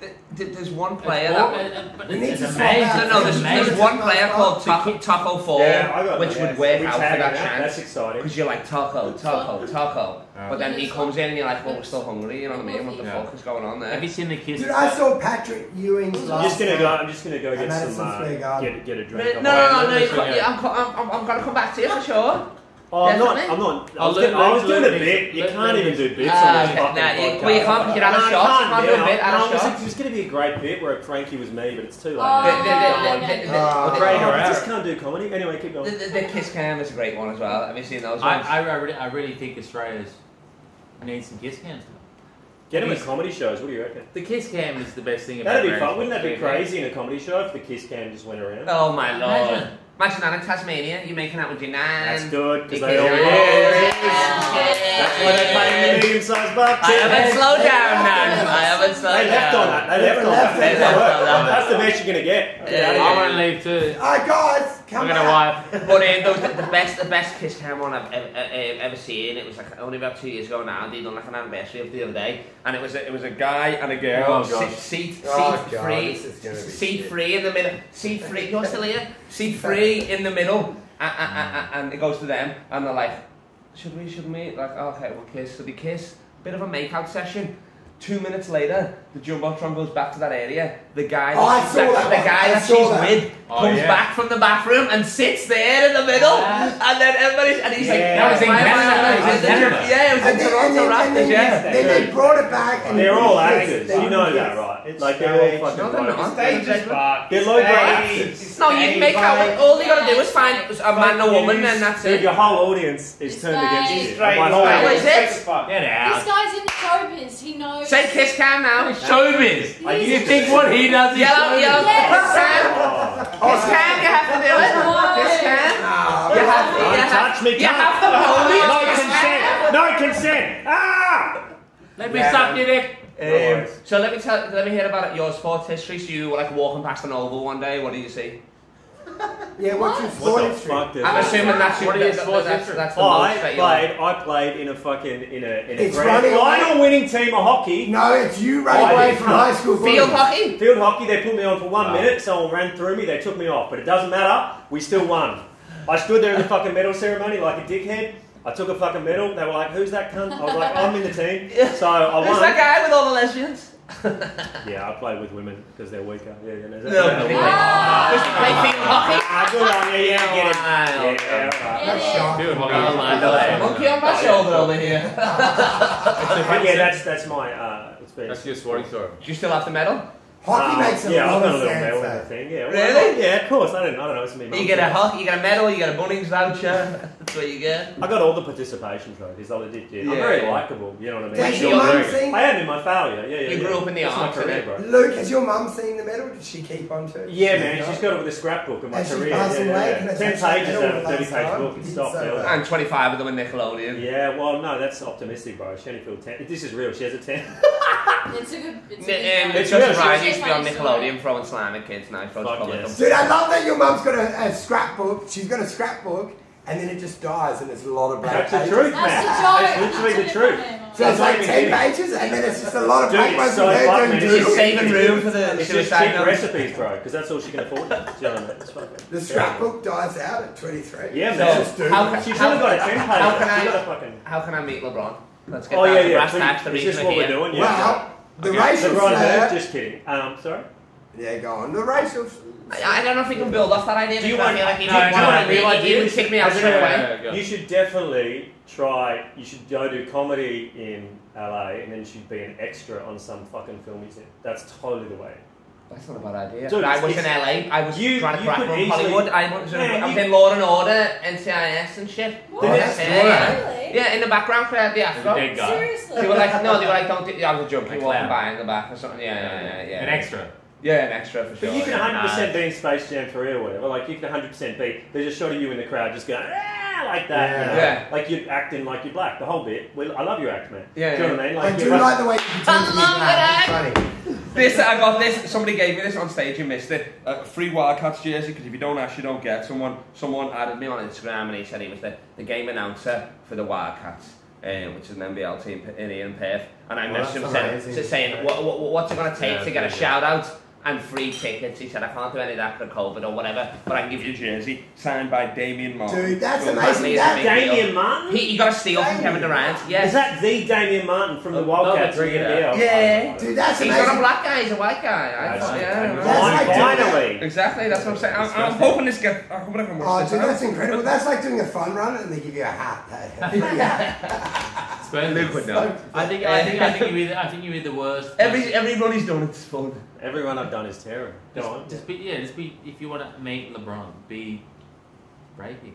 [SPEAKER 2] th- th- there's one player
[SPEAKER 1] It's all-
[SPEAKER 2] that.
[SPEAKER 1] uh, uh, but
[SPEAKER 3] We
[SPEAKER 1] it's,
[SPEAKER 3] need
[SPEAKER 1] it's
[SPEAKER 3] to swap
[SPEAKER 1] amazing.
[SPEAKER 3] out.
[SPEAKER 2] No, no, there's,
[SPEAKER 1] It's amazing.
[SPEAKER 2] there's one player called Taco, taco Four,
[SPEAKER 4] Yeah, I got
[SPEAKER 2] which
[SPEAKER 4] that,
[SPEAKER 2] would
[SPEAKER 4] yes.
[SPEAKER 2] work
[SPEAKER 4] We
[SPEAKER 2] out for
[SPEAKER 4] tag
[SPEAKER 2] that
[SPEAKER 4] him out, That's
[SPEAKER 2] chance.
[SPEAKER 4] exciting.
[SPEAKER 2] Because you're like, taco, taco, taco. But then he comes in and you're like, well, we're still hungry, you know what I mean? What the
[SPEAKER 1] Yeah.
[SPEAKER 2] fuck is going on there?
[SPEAKER 1] Have you seen the kiss?
[SPEAKER 3] Dude, I saw Patrick Ewing's
[SPEAKER 4] I'm
[SPEAKER 3] last
[SPEAKER 4] just gonna
[SPEAKER 3] night.
[SPEAKER 4] go. I'm just gonna go
[SPEAKER 3] And
[SPEAKER 4] get
[SPEAKER 3] Madison
[SPEAKER 4] some.
[SPEAKER 3] Square
[SPEAKER 4] Uh,
[SPEAKER 3] Garden.
[SPEAKER 4] get get a
[SPEAKER 2] No,
[SPEAKER 4] drink.
[SPEAKER 2] no, no,
[SPEAKER 1] Wait,
[SPEAKER 2] no, you
[SPEAKER 1] wait,
[SPEAKER 2] can't-
[SPEAKER 1] wait.
[SPEAKER 2] yeah, I'm, co- I'm, I'm, I'm gonna come back to you for sure.
[SPEAKER 4] Oh, I'm not.
[SPEAKER 2] Definitely.
[SPEAKER 4] I'm not. I
[SPEAKER 1] I'll
[SPEAKER 4] was, doing,
[SPEAKER 1] let-
[SPEAKER 4] I was doing a
[SPEAKER 1] let-
[SPEAKER 4] bit. You
[SPEAKER 1] let-
[SPEAKER 4] can't
[SPEAKER 1] let-
[SPEAKER 4] even do bits
[SPEAKER 2] Ah,
[SPEAKER 4] on this
[SPEAKER 2] okay.
[SPEAKER 4] fucking
[SPEAKER 2] Nah, you-
[SPEAKER 4] podcast.
[SPEAKER 2] well, you can't pick it out of
[SPEAKER 4] No, you
[SPEAKER 2] shots, you
[SPEAKER 4] can't
[SPEAKER 2] can't do a
[SPEAKER 4] now.
[SPEAKER 2] bit out of
[SPEAKER 4] No, it was-
[SPEAKER 2] shots.
[SPEAKER 4] It was going to be a great bit where Frankie was me, but it's too late.
[SPEAKER 2] The, the, the,
[SPEAKER 5] Oh,
[SPEAKER 2] the,
[SPEAKER 5] okay.
[SPEAKER 2] the,
[SPEAKER 3] Oh.
[SPEAKER 2] the-
[SPEAKER 4] Great,
[SPEAKER 1] All
[SPEAKER 4] I
[SPEAKER 1] right.
[SPEAKER 4] just can't do comedy. Anyway, keep
[SPEAKER 2] the,
[SPEAKER 4] going.
[SPEAKER 2] the, the kiss cam is a great one as well. Have you seen those ones?
[SPEAKER 1] I, I, really, I really think Australia's needs some kiss cams.
[SPEAKER 4] Get him at comedy shows. What do you reckon?
[SPEAKER 1] The kiss cam is the best thing about
[SPEAKER 4] That'd be
[SPEAKER 1] marriage.
[SPEAKER 4] fun. Wouldn't that be crazy in a comedy show if the kiss cam just went around?
[SPEAKER 2] oh my lord!
[SPEAKER 1] Imagine.
[SPEAKER 2] Imagine. that in Tasmania. You're making out with your nan.
[SPEAKER 4] That's good because
[SPEAKER 2] Because
[SPEAKER 4] they all.
[SPEAKER 2] you're-
[SPEAKER 4] That's why they play in the medium-sized bar.
[SPEAKER 2] I haven't slowed down, nan. I haven't slowed
[SPEAKER 4] They left on
[SPEAKER 2] down.
[SPEAKER 4] that. They
[SPEAKER 3] They
[SPEAKER 4] left on
[SPEAKER 3] left
[SPEAKER 4] that.
[SPEAKER 3] it.
[SPEAKER 4] That's
[SPEAKER 2] They left on that.
[SPEAKER 4] That's the best you're gonna get.
[SPEAKER 2] Yeah,
[SPEAKER 1] I
[SPEAKER 2] yeah.
[SPEAKER 1] want to leave too.
[SPEAKER 3] Alright, guys,
[SPEAKER 1] I'm going
[SPEAKER 3] come
[SPEAKER 1] to
[SPEAKER 3] back.
[SPEAKER 1] wife.
[SPEAKER 2] But um, those, the, the best, the best kiss cam one I've ever, ever, ever seen. It was like only about two years ago now. They done like an anniversary of the other day, and it was a, it was a guy and a girl.
[SPEAKER 1] Oh, God.
[SPEAKER 2] seat seat,
[SPEAKER 3] Oh,
[SPEAKER 2] seat
[SPEAKER 3] God,
[SPEAKER 2] free,
[SPEAKER 3] this is gonna be
[SPEAKER 2] seat
[SPEAKER 3] shit.
[SPEAKER 2] free in the middle. Seat free. You're still here. Seat free in the middle, and, and, and it goes to them, and they're like, "Should we? Should we?" Like, "Oh, okay, we'll kiss. So they kiss. Bit of a makeout session. Two minutes later, the jumbotron goes back to that area. The guy,
[SPEAKER 3] Oh, I
[SPEAKER 2] that,
[SPEAKER 3] saw
[SPEAKER 2] the
[SPEAKER 3] that one.
[SPEAKER 2] guy
[SPEAKER 3] I
[SPEAKER 2] that
[SPEAKER 3] saw
[SPEAKER 2] she's
[SPEAKER 3] that.
[SPEAKER 2] with
[SPEAKER 1] Oh,
[SPEAKER 2] comes
[SPEAKER 1] yeah.
[SPEAKER 2] back from the bathroom and sits there in the middle,
[SPEAKER 1] Yes.
[SPEAKER 2] and then everybody's and he's like,
[SPEAKER 4] Yeah.
[SPEAKER 1] That was in
[SPEAKER 2] "Why am I-
[SPEAKER 1] Canada, that was in
[SPEAKER 2] is it-
[SPEAKER 1] Canada."
[SPEAKER 2] Yeah, it was in
[SPEAKER 3] And then, and
[SPEAKER 2] Toronto
[SPEAKER 3] then, and
[SPEAKER 2] Raptors.
[SPEAKER 3] then,
[SPEAKER 2] Yeah.
[SPEAKER 3] then they brought it back. And
[SPEAKER 4] They're all
[SPEAKER 3] Yes,
[SPEAKER 4] actors.
[SPEAKER 3] they
[SPEAKER 4] You know
[SPEAKER 3] did.
[SPEAKER 4] that, right? Like they're all
[SPEAKER 2] No,
[SPEAKER 4] fucking.
[SPEAKER 2] they're
[SPEAKER 4] blokes.
[SPEAKER 2] not. They're just-
[SPEAKER 4] They're low grade actors.
[SPEAKER 2] No, you make out. with- All you gotta do is find a man and a woman, and that's
[SPEAKER 4] Dude, your
[SPEAKER 2] it.
[SPEAKER 4] whole audience is
[SPEAKER 5] It's
[SPEAKER 4] turned
[SPEAKER 5] like-
[SPEAKER 4] against you.
[SPEAKER 5] It's
[SPEAKER 4] My
[SPEAKER 6] Right,
[SPEAKER 4] whole
[SPEAKER 2] like-
[SPEAKER 4] audience.
[SPEAKER 1] Get
[SPEAKER 5] This
[SPEAKER 1] out.
[SPEAKER 5] guy's in the showbiz. He knows.
[SPEAKER 2] Say kiss cam
[SPEAKER 1] Oh,
[SPEAKER 2] now.
[SPEAKER 1] Showbiz.
[SPEAKER 5] Like,
[SPEAKER 1] You think what he does is
[SPEAKER 2] Yellow, yellow. Kiss cam.
[SPEAKER 4] Oh.
[SPEAKER 2] Kiss cam. You have to do it. Kiss
[SPEAKER 1] Um,
[SPEAKER 2] cam.
[SPEAKER 3] Ah,
[SPEAKER 2] You have to.
[SPEAKER 4] Don't
[SPEAKER 2] You have
[SPEAKER 4] touch me.
[SPEAKER 2] You
[SPEAKER 4] cunt.
[SPEAKER 2] have to hold me.
[SPEAKER 4] No consent. No consent. Ah!
[SPEAKER 1] Let me suck your dick.
[SPEAKER 2] Um, so let me tell, let me hear about your sports history. So you were like walking past an oval one day. What did you see?
[SPEAKER 3] Yeah, what's your
[SPEAKER 4] What
[SPEAKER 3] sport
[SPEAKER 4] the
[SPEAKER 3] history?
[SPEAKER 4] fuck? Did
[SPEAKER 2] I'm assuming that's
[SPEAKER 1] What are your
[SPEAKER 2] that- that-
[SPEAKER 1] sports
[SPEAKER 2] that's,
[SPEAKER 1] history?
[SPEAKER 2] That's the most
[SPEAKER 4] Oh, I
[SPEAKER 2] that you
[SPEAKER 4] played. I played in a fucking in a in a
[SPEAKER 3] It's
[SPEAKER 4] grand
[SPEAKER 3] running away.
[SPEAKER 4] final winning team of hockey.
[SPEAKER 3] No, it's you running
[SPEAKER 4] Oh,
[SPEAKER 3] away
[SPEAKER 4] yeah.
[SPEAKER 3] from high school.
[SPEAKER 2] Field
[SPEAKER 3] bullies.
[SPEAKER 2] hockey.
[SPEAKER 4] Field hockey. They put me on for one
[SPEAKER 1] Wow.
[SPEAKER 4] minute. Someone ran through me. They took me off. But it doesn't matter. We still won. I stood there in the fucking medal ceremony like a dickhead. I took a fucking medal. They were like, "Who's that cunt?" I was like, "I'm in the team." So I won.
[SPEAKER 2] Who's that guy with all the lesbians?
[SPEAKER 4] Yeah, I played with women because they're weaker. Yeah, yeah, no,
[SPEAKER 2] No,
[SPEAKER 4] that's-
[SPEAKER 2] really?
[SPEAKER 5] Ah.
[SPEAKER 2] Does he play field hockey?
[SPEAKER 4] Ah, good on you. Yeah, get it.
[SPEAKER 2] Wow.
[SPEAKER 4] Yeah, all right.
[SPEAKER 5] Yeah.
[SPEAKER 3] That's shocking.
[SPEAKER 1] Dude, what
[SPEAKER 2] Oh my god. Monkey on my shoulder over here.
[SPEAKER 4] But yeah, that's that's my uh, experience.
[SPEAKER 1] That's your sporting story.
[SPEAKER 2] Do you still have the medal?
[SPEAKER 3] Hockey
[SPEAKER 4] Uh,
[SPEAKER 3] makes a
[SPEAKER 4] yeah,
[SPEAKER 3] lot
[SPEAKER 4] I've got a
[SPEAKER 3] of
[SPEAKER 4] little medal
[SPEAKER 3] sense.
[SPEAKER 4] and
[SPEAKER 3] though.
[SPEAKER 4] everything. Yeah,
[SPEAKER 2] Really?
[SPEAKER 4] well, yeah, of course. I don't, I don't know. It's me.
[SPEAKER 2] You get a hockey, you get a medal, you get a Bunnings voucher. That's what you get.
[SPEAKER 4] I got all the participation trophies. I did. Yeah. I'm
[SPEAKER 2] Yeah.
[SPEAKER 4] very likable. You know what I mean?
[SPEAKER 3] Has
[SPEAKER 2] That's
[SPEAKER 4] Yeah.
[SPEAKER 3] your
[SPEAKER 2] your
[SPEAKER 3] mum
[SPEAKER 2] dream.
[SPEAKER 3] seen?
[SPEAKER 4] I am in my failure. Yeah, yeah.
[SPEAKER 2] You
[SPEAKER 4] yeah.
[SPEAKER 2] grew up in the
[SPEAKER 4] That's
[SPEAKER 2] arts,
[SPEAKER 4] my career,
[SPEAKER 2] innit?
[SPEAKER 4] bro.
[SPEAKER 3] Luke, has your mum seen the medal? Did she keep on to it?
[SPEAKER 4] Yeah, man. She's got it with a scrapbook of my
[SPEAKER 3] As she
[SPEAKER 4] career.
[SPEAKER 3] passed
[SPEAKER 4] Yeah,
[SPEAKER 3] away,
[SPEAKER 4] yeah,
[SPEAKER 3] can
[SPEAKER 4] yeah.
[SPEAKER 3] I
[SPEAKER 4] Ten
[SPEAKER 3] touch that
[SPEAKER 4] pages
[SPEAKER 3] medal
[SPEAKER 4] out of a
[SPEAKER 3] with that
[SPEAKER 4] thirty-page
[SPEAKER 3] side?
[SPEAKER 4] book. It
[SPEAKER 3] It's
[SPEAKER 4] stopped.
[SPEAKER 3] so
[SPEAKER 4] yeah.
[SPEAKER 3] bad.
[SPEAKER 2] And 25 of them in Nickelodeon.
[SPEAKER 4] Yeah, well, no, that's optimistic, bro. She only filled ten. This is real. She has a ten.
[SPEAKER 5] It's a good. It's a
[SPEAKER 2] N-
[SPEAKER 5] good
[SPEAKER 2] um,
[SPEAKER 5] show.
[SPEAKER 4] It's
[SPEAKER 2] Justin
[SPEAKER 4] real.
[SPEAKER 2] Ryan used to be on
[SPEAKER 5] It's a
[SPEAKER 2] Nickelodeon throwing slime at kids now. He throws
[SPEAKER 4] Fuck
[SPEAKER 2] collar at
[SPEAKER 4] yes.
[SPEAKER 2] them.
[SPEAKER 3] Dude, I love that your mum's got a, a scrapbook. She's got a scrapbook and then it just dies, and it's a lot of
[SPEAKER 4] That's
[SPEAKER 3] blank
[SPEAKER 4] the
[SPEAKER 3] pages.
[SPEAKER 4] truth,
[SPEAKER 5] That's the joke.
[SPEAKER 4] man. That's literally the truth.
[SPEAKER 3] So it's
[SPEAKER 4] That's
[SPEAKER 3] like
[SPEAKER 4] what
[SPEAKER 3] ten
[SPEAKER 4] we do.
[SPEAKER 3] pages, and then it's just a lot of
[SPEAKER 4] Dude,
[SPEAKER 3] blank
[SPEAKER 4] it's
[SPEAKER 3] ones.
[SPEAKER 4] so
[SPEAKER 3] and
[SPEAKER 4] fucking-
[SPEAKER 3] then
[SPEAKER 4] it's
[SPEAKER 3] doodle.
[SPEAKER 2] She's saving room for the
[SPEAKER 4] It's just
[SPEAKER 2] suicide
[SPEAKER 4] cheap
[SPEAKER 2] note.
[SPEAKER 4] recipes, bro, because that's all she can afford. Do you know what I mean? It's fucking-
[SPEAKER 3] The scrapbook dies out at twenty-three.
[SPEAKER 4] Yeah,
[SPEAKER 3] It's
[SPEAKER 4] man.
[SPEAKER 3] just doodle.
[SPEAKER 2] How ca-
[SPEAKER 4] She's only got a ten page.
[SPEAKER 2] How can
[SPEAKER 4] She's
[SPEAKER 2] I-
[SPEAKER 4] got a fucking.
[SPEAKER 2] How can I meet LeBron? Let's get
[SPEAKER 4] Oh
[SPEAKER 2] down
[SPEAKER 4] yeah,
[SPEAKER 2] to
[SPEAKER 4] yeah.
[SPEAKER 2] brass tacks. The
[SPEAKER 4] please. Is this
[SPEAKER 2] reason we're
[SPEAKER 4] what we're
[SPEAKER 2] here.
[SPEAKER 4] doing? Yeah.
[SPEAKER 3] Well, the
[SPEAKER 2] Okay.
[SPEAKER 3] racial
[SPEAKER 4] LeBron James.
[SPEAKER 3] slur.
[SPEAKER 4] Just kidding. Um, sorry.
[SPEAKER 3] Yeah, go on. The racial.
[SPEAKER 2] I, I don't know if he can build off that idea.
[SPEAKER 4] Do you
[SPEAKER 2] because I
[SPEAKER 4] want-
[SPEAKER 2] feel like he
[SPEAKER 4] do
[SPEAKER 1] you
[SPEAKER 2] would-
[SPEAKER 1] want
[SPEAKER 2] he,
[SPEAKER 1] real
[SPEAKER 2] would- he would
[SPEAKER 1] ideas?
[SPEAKER 2] kick me out
[SPEAKER 1] Yeah,
[SPEAKER 2] straight
[SPEAKER 1] yeah,
[SPEAKER 2] away.
[SPEAKER 1] yeah, go.
[SPEAKER 4] You should definitely try. You should go do comedy in LA, and then she'd be an extra on some fucking film you see. That's totally the way.
[SPEAKER 2] That's not a bad idea.
[SPEAKER 4] Dude,
[SPEAKER 2] But I
[SPEAKER 4] it's-
[SPEAKER 2] was in LA. I was
[SPEAKER 4] you-
[SPEAKER 2] trying to
[SPEAKER 4] you
[SPEAKER 2] crack
[SPEAKER 4] could
[SPEAKER 2] on
[SPEAKER 4] easily-
[SPEAKER 2] Hollywood. I was,
[SPEAKER 4] Man,
[SPEAKER 2] I was
[SPEAKER 4] you-
[SPEAKER 2] in Law and Order, NCIS, and shit.
[SPEAKER 5] What?
[SPEAKER 3] Oh,
[SPEAKER 2] Yeah,
[SPEAKER 3] that's
[SPEAKER 2] yeah,
[SPEAKER 5] Really?
[SPEAKER 2] yeah. in the background for the
[SPEAKER 1] There's a
[SPEAKER 2] afro.
[SPEAKER 1] dead guy.
[SPEAKER 2] They
[SPEAKER 5] Seriously.
[SPEAKER 2] were like, no, they were like, don't. Do, I was a joke.
[SPEAKER 1] A
[SPEAKER 2] You
[SPEAKER 1] clown.
[SPEAKER 2] walking by in the back or something. Yeah, yeah, yeah, yeah.
[SPEAKER 1] An extra.
[SPEAKER 2] Yeah, an extra for sure.
[SPEAKER 4] But you can
[SPEAKER 2] yeah.
[SPEAKER 4] 100 percent be in Space Jam 3 or whatever. Like you can 100 percent be. There's a shot of you in the crowd just going ah, like that.
[SPEAKER 3] Yeah.
[SPEAKER 4] You know?
[SPEAKER 2] Yeah.
[SPEAKER 4] Like you're acting like you're black. The whole bit. Well, I love your act, man.
[SPEAKER 2] Yeah,
[SPEAKER 4] Do you know what I mean?
[SPEAKER 3] I
[SPEAKER 4] Like,
[SPEAKER 3] do
[SPEAKER 4] you're
[SPEAKER 3] like the way you pretend to be
[SPEAKER 2] love
[SPEAKER 3] black.
[SPEAKER 2] that.
[SPEAKER 3] It's funny.
[SPEAKER 2] This I got this. Somebody gave me this on stage. You missed it. A Uh, free Wildcats jersey because if you don't ask, you don't get. Someone someone added me on Instagram and he said he was the, the game announcer for the Wildcats, um, which is an NBL team p- in here in Perth. And I
[SPEAKER 3] Well,
[SPEAKER 2] messaged him
[SPEAKER 3] that's
[SPEAKER 2] saying,
[SPEAKER 3] amazing.
[SPEAKER 2] so saying what, what, what's it going to take
[SPEAKER 1] Yeah,
[SPEAKER 2] to get a
[SPEAKER 1] yeah.
[SPEAKER 2] shout out and free tickets. He said I can't do any of that for COVID or whatever, but I can give you a jersey signed by Damien Martin.
[SPEAKER 3] Dude, that's
[SPEAKER 2] Who
[SPEAKER 3] amazing.
[SPEAKER 2] apparently is a
[SPEAKER 3] That-
[SPEAKER 2] big deal.
[SPEAKER 4] Damian Martin.
[SPEAKER 2] He, he got a steal from
[SPEAKER 3] Damian
[SPEAKER 2] Kevin Durant. Yes.
[SPEAKER 4] Is that the Damian Martin from the
[SPEAKER 1] Oh,
[SPEAKER 4] Wildcats?
[SPEAKER 1] oh,
[SPEAKER 4] in the
[SPEAKER 1] yeah.
[SPEAKER 4] NBL?
[SPEAKER 2] Yeah.
[SPEAKER 3] Dude, that's
[SPEAKER 2] He's not a
[SPEAKER 3] amazing.
[SPEAKER 2] black guy, he's a white guy. I
[SPEAKER 4] That's-
[SPEAKER 2] thought, yeah, I don't know.
[SPEAKER 3] That's like doing that.
[SPEAKER 4] finally.
[SPEAKER 2] Exactly, that's what I'm saying. I'm, I'm
[SPEAKER 1] Disgusting.
[SPEAKER 2] hoping this gets. I hope I can
[SPEAKER 3] Oh,
[SPEAKER 2] watch
[SPEAKER 3] dude, that's
[SPEAKER 2] this. out.
[SPEAKER 3] incredible. That's like doing a fun run and they give you a hat. yeah.
[SPEAKER 1] Spend
[SPEAKER 2] Liquid now.
[SPEAKER 1] I think I think I think you either I think you either the worst.
[SPEAKER 2] Every every run he's done, it's fun.
[SPEAKER 4] Everyone I've done is terrible. Go on.
[SPEAKER 1] just, just be yeah, just be if you want to meet LeBron, be breaking.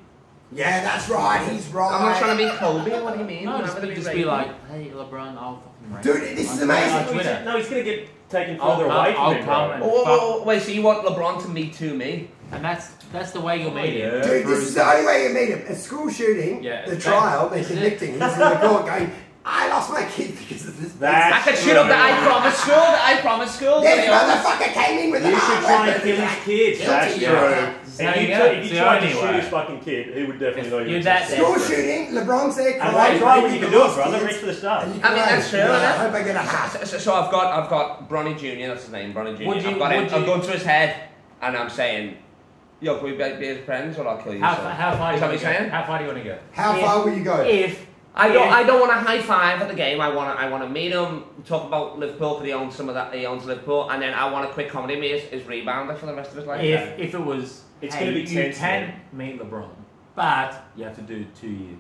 [SPEAKER 3] yeah, that's right. He's right.
[SPEAKER 2] I'm not trying to be Kobe. What do you mean?
[SPEAKER 1] No,
[SPEAKER 2] I'm
[SPEAKER 1] just,
[SPEAKER 2] not
[SPEAKER 1] be,
[SPEAKER 2] gonna
[SPEAKER 1] just be like, hey LeBron, I'll fucking rape
[SPEAKER 3] Dude,
[SPEAKER 1] you."
[SPEAKER 3] this is
[SPEAKER 1] On-
[SPEAKER 3] amazing.
[SPEAKER 1] On Twitter.
[SPEAKER 4] No, he's going to get taken
[SPEAKER 1] I'll
[SPEAKER 4] further
[SPEAKER 1] come-
[SPEAKER 4] away from
[SPEAKER 1] I'll
[SPEAKER 4] him.
[SPEAKER 1] come
[SPEAKER 4] bro.
[SPEAKER 1] and-
[SPEAKER 2] Oh, oh, oh, wait, so you want LeBron to me too me?
[SPEAKER 1] And that's that's the way you'll meet
[SPEAKER 4] Yeah.
[SPEAKER 1] him.
[SPEAKER 3] Dude, this is the only way you meet him. A school shooting,
[SPEAKER 1] Yeah,
[SPEAKER 3] the
[SPEAKER 1] it's
[SPEAKER 3] trial,
[SPEAKER 1] bad.
[SPEAKER 3] they're
[SPEAKER 1] Is it?
[SPEAKER 3] convicting. He's in the court going, I lost my kid because of this.
[SPEAKER 4] That's
[SPEAKER 2] I could shoot up the I promise school, the I promise school.
[SPEAKER 3] This
[SPEAKER 2] video.
[SPEAKER 3] motherfucker came in with
[SPEAKER 4] You
[SPEAKER 3] a
[SPEAKER 4] should try and kill his kids.
[SPEAKER 3] Guilty.
[SPEAKER 4] That's
[SPEAKER 3] Yeah.
[SPEAKER 4] true.
[SPEAKER 1] So
[SPEAKER 4] If you,
[SPEAKER 1] yeah,
[SPEAKER 4] t- if
[SPEAKER 1] it's
[SPEAKER 4] you
[SPEAKER 1] the
[SPEAKER 4] tried to
[SPEAKER 1] only
[SPEAKER 4] shoot
[SPEAKER 1] way.
[SPEAKER 4] his fucking kid, he would definitely
[SPEAKER 1] If
[SPEAKER 4] know you
[SPEAKER 1] you're
[SPEAKER 4] existed.
[SPEAKER 1] that
[SPEAKER 3] School
[SPEAKER 1] That's right.
[SPEAKER 3] shooting, LeBron's there.
[SPEAKER 4] And why
[SPEAKER 3] crying,
[SPEAKER 4] try
[SPEAKER 3] he's
[SPEAKER 4] what you can
[SPEAKER 3] got
[SPEAKER 4] do it,
[SPEAKER 3] lost
[SPEAKER 4] brother? Reach
[SPEAKER 3] kids,
[SPEAKER 4] for the
[SPEAKER 3] and
[SPEAKER 4] stars.
[SPEAKER 3] you
[SPEAKER 2] I mean,
[SPEAKER 3] cry,
[SPEAKER 2] that's true,
[SPEAKER 3] you know, I
[SPEAKER 2] yeah.
[SPEAKER 3] hope I get a hat.
[SPEAKER 2] So, so- so I've got I've got Bronny Junior. That's his name, Bronny
[SPEAKER 1] Would
[SPEAKER 2] Junior.
[SPEAKER 1] you-
[SPEAKER 2] I've got him.
[SPEAKER 1] would
[SPEAKER 2] I've
[SPEAKER 1] you-
[SPEAKER 2] gone to his head, and I'm saying, "Yo, can we be, be as friends, or I'll kill you?"
[SPEAKER 1] How,
[SPEAKER 2] son?"
[SPEAKER 1] fa- how far do you
[SPEAKER 2] Is that
[SPEAKER 1] want
[SPEAKER 2] what you're
[SPEAKER 1] to go?
[SPEAKER 2] saying?
[SPEAKER 1] How far do you want to go?
[SPEAKER 3] How far will you go?
[SPEAKER 1] If
[SPEAKER 2] I don't.
[SPEAKER 1] Yeah.
[SPEAKER 2] I don't want to high five at the game. I want. to. I want to meet him. Talk about Liverpool because he owns some of that. He owns Liverpool, and then I want to quit comedy. Me as his rebounder for the rest of his life.
[SPEAKER 1] if if it was
[SPEAKER 4] It's
[SPEAKER 1] hey,
[SPEAKER 4] gonna be
[SPEAKER 1] you
[SPEAKER 4] tense,
[SPEAKER 1] can meet LeBron, but you have to do two years.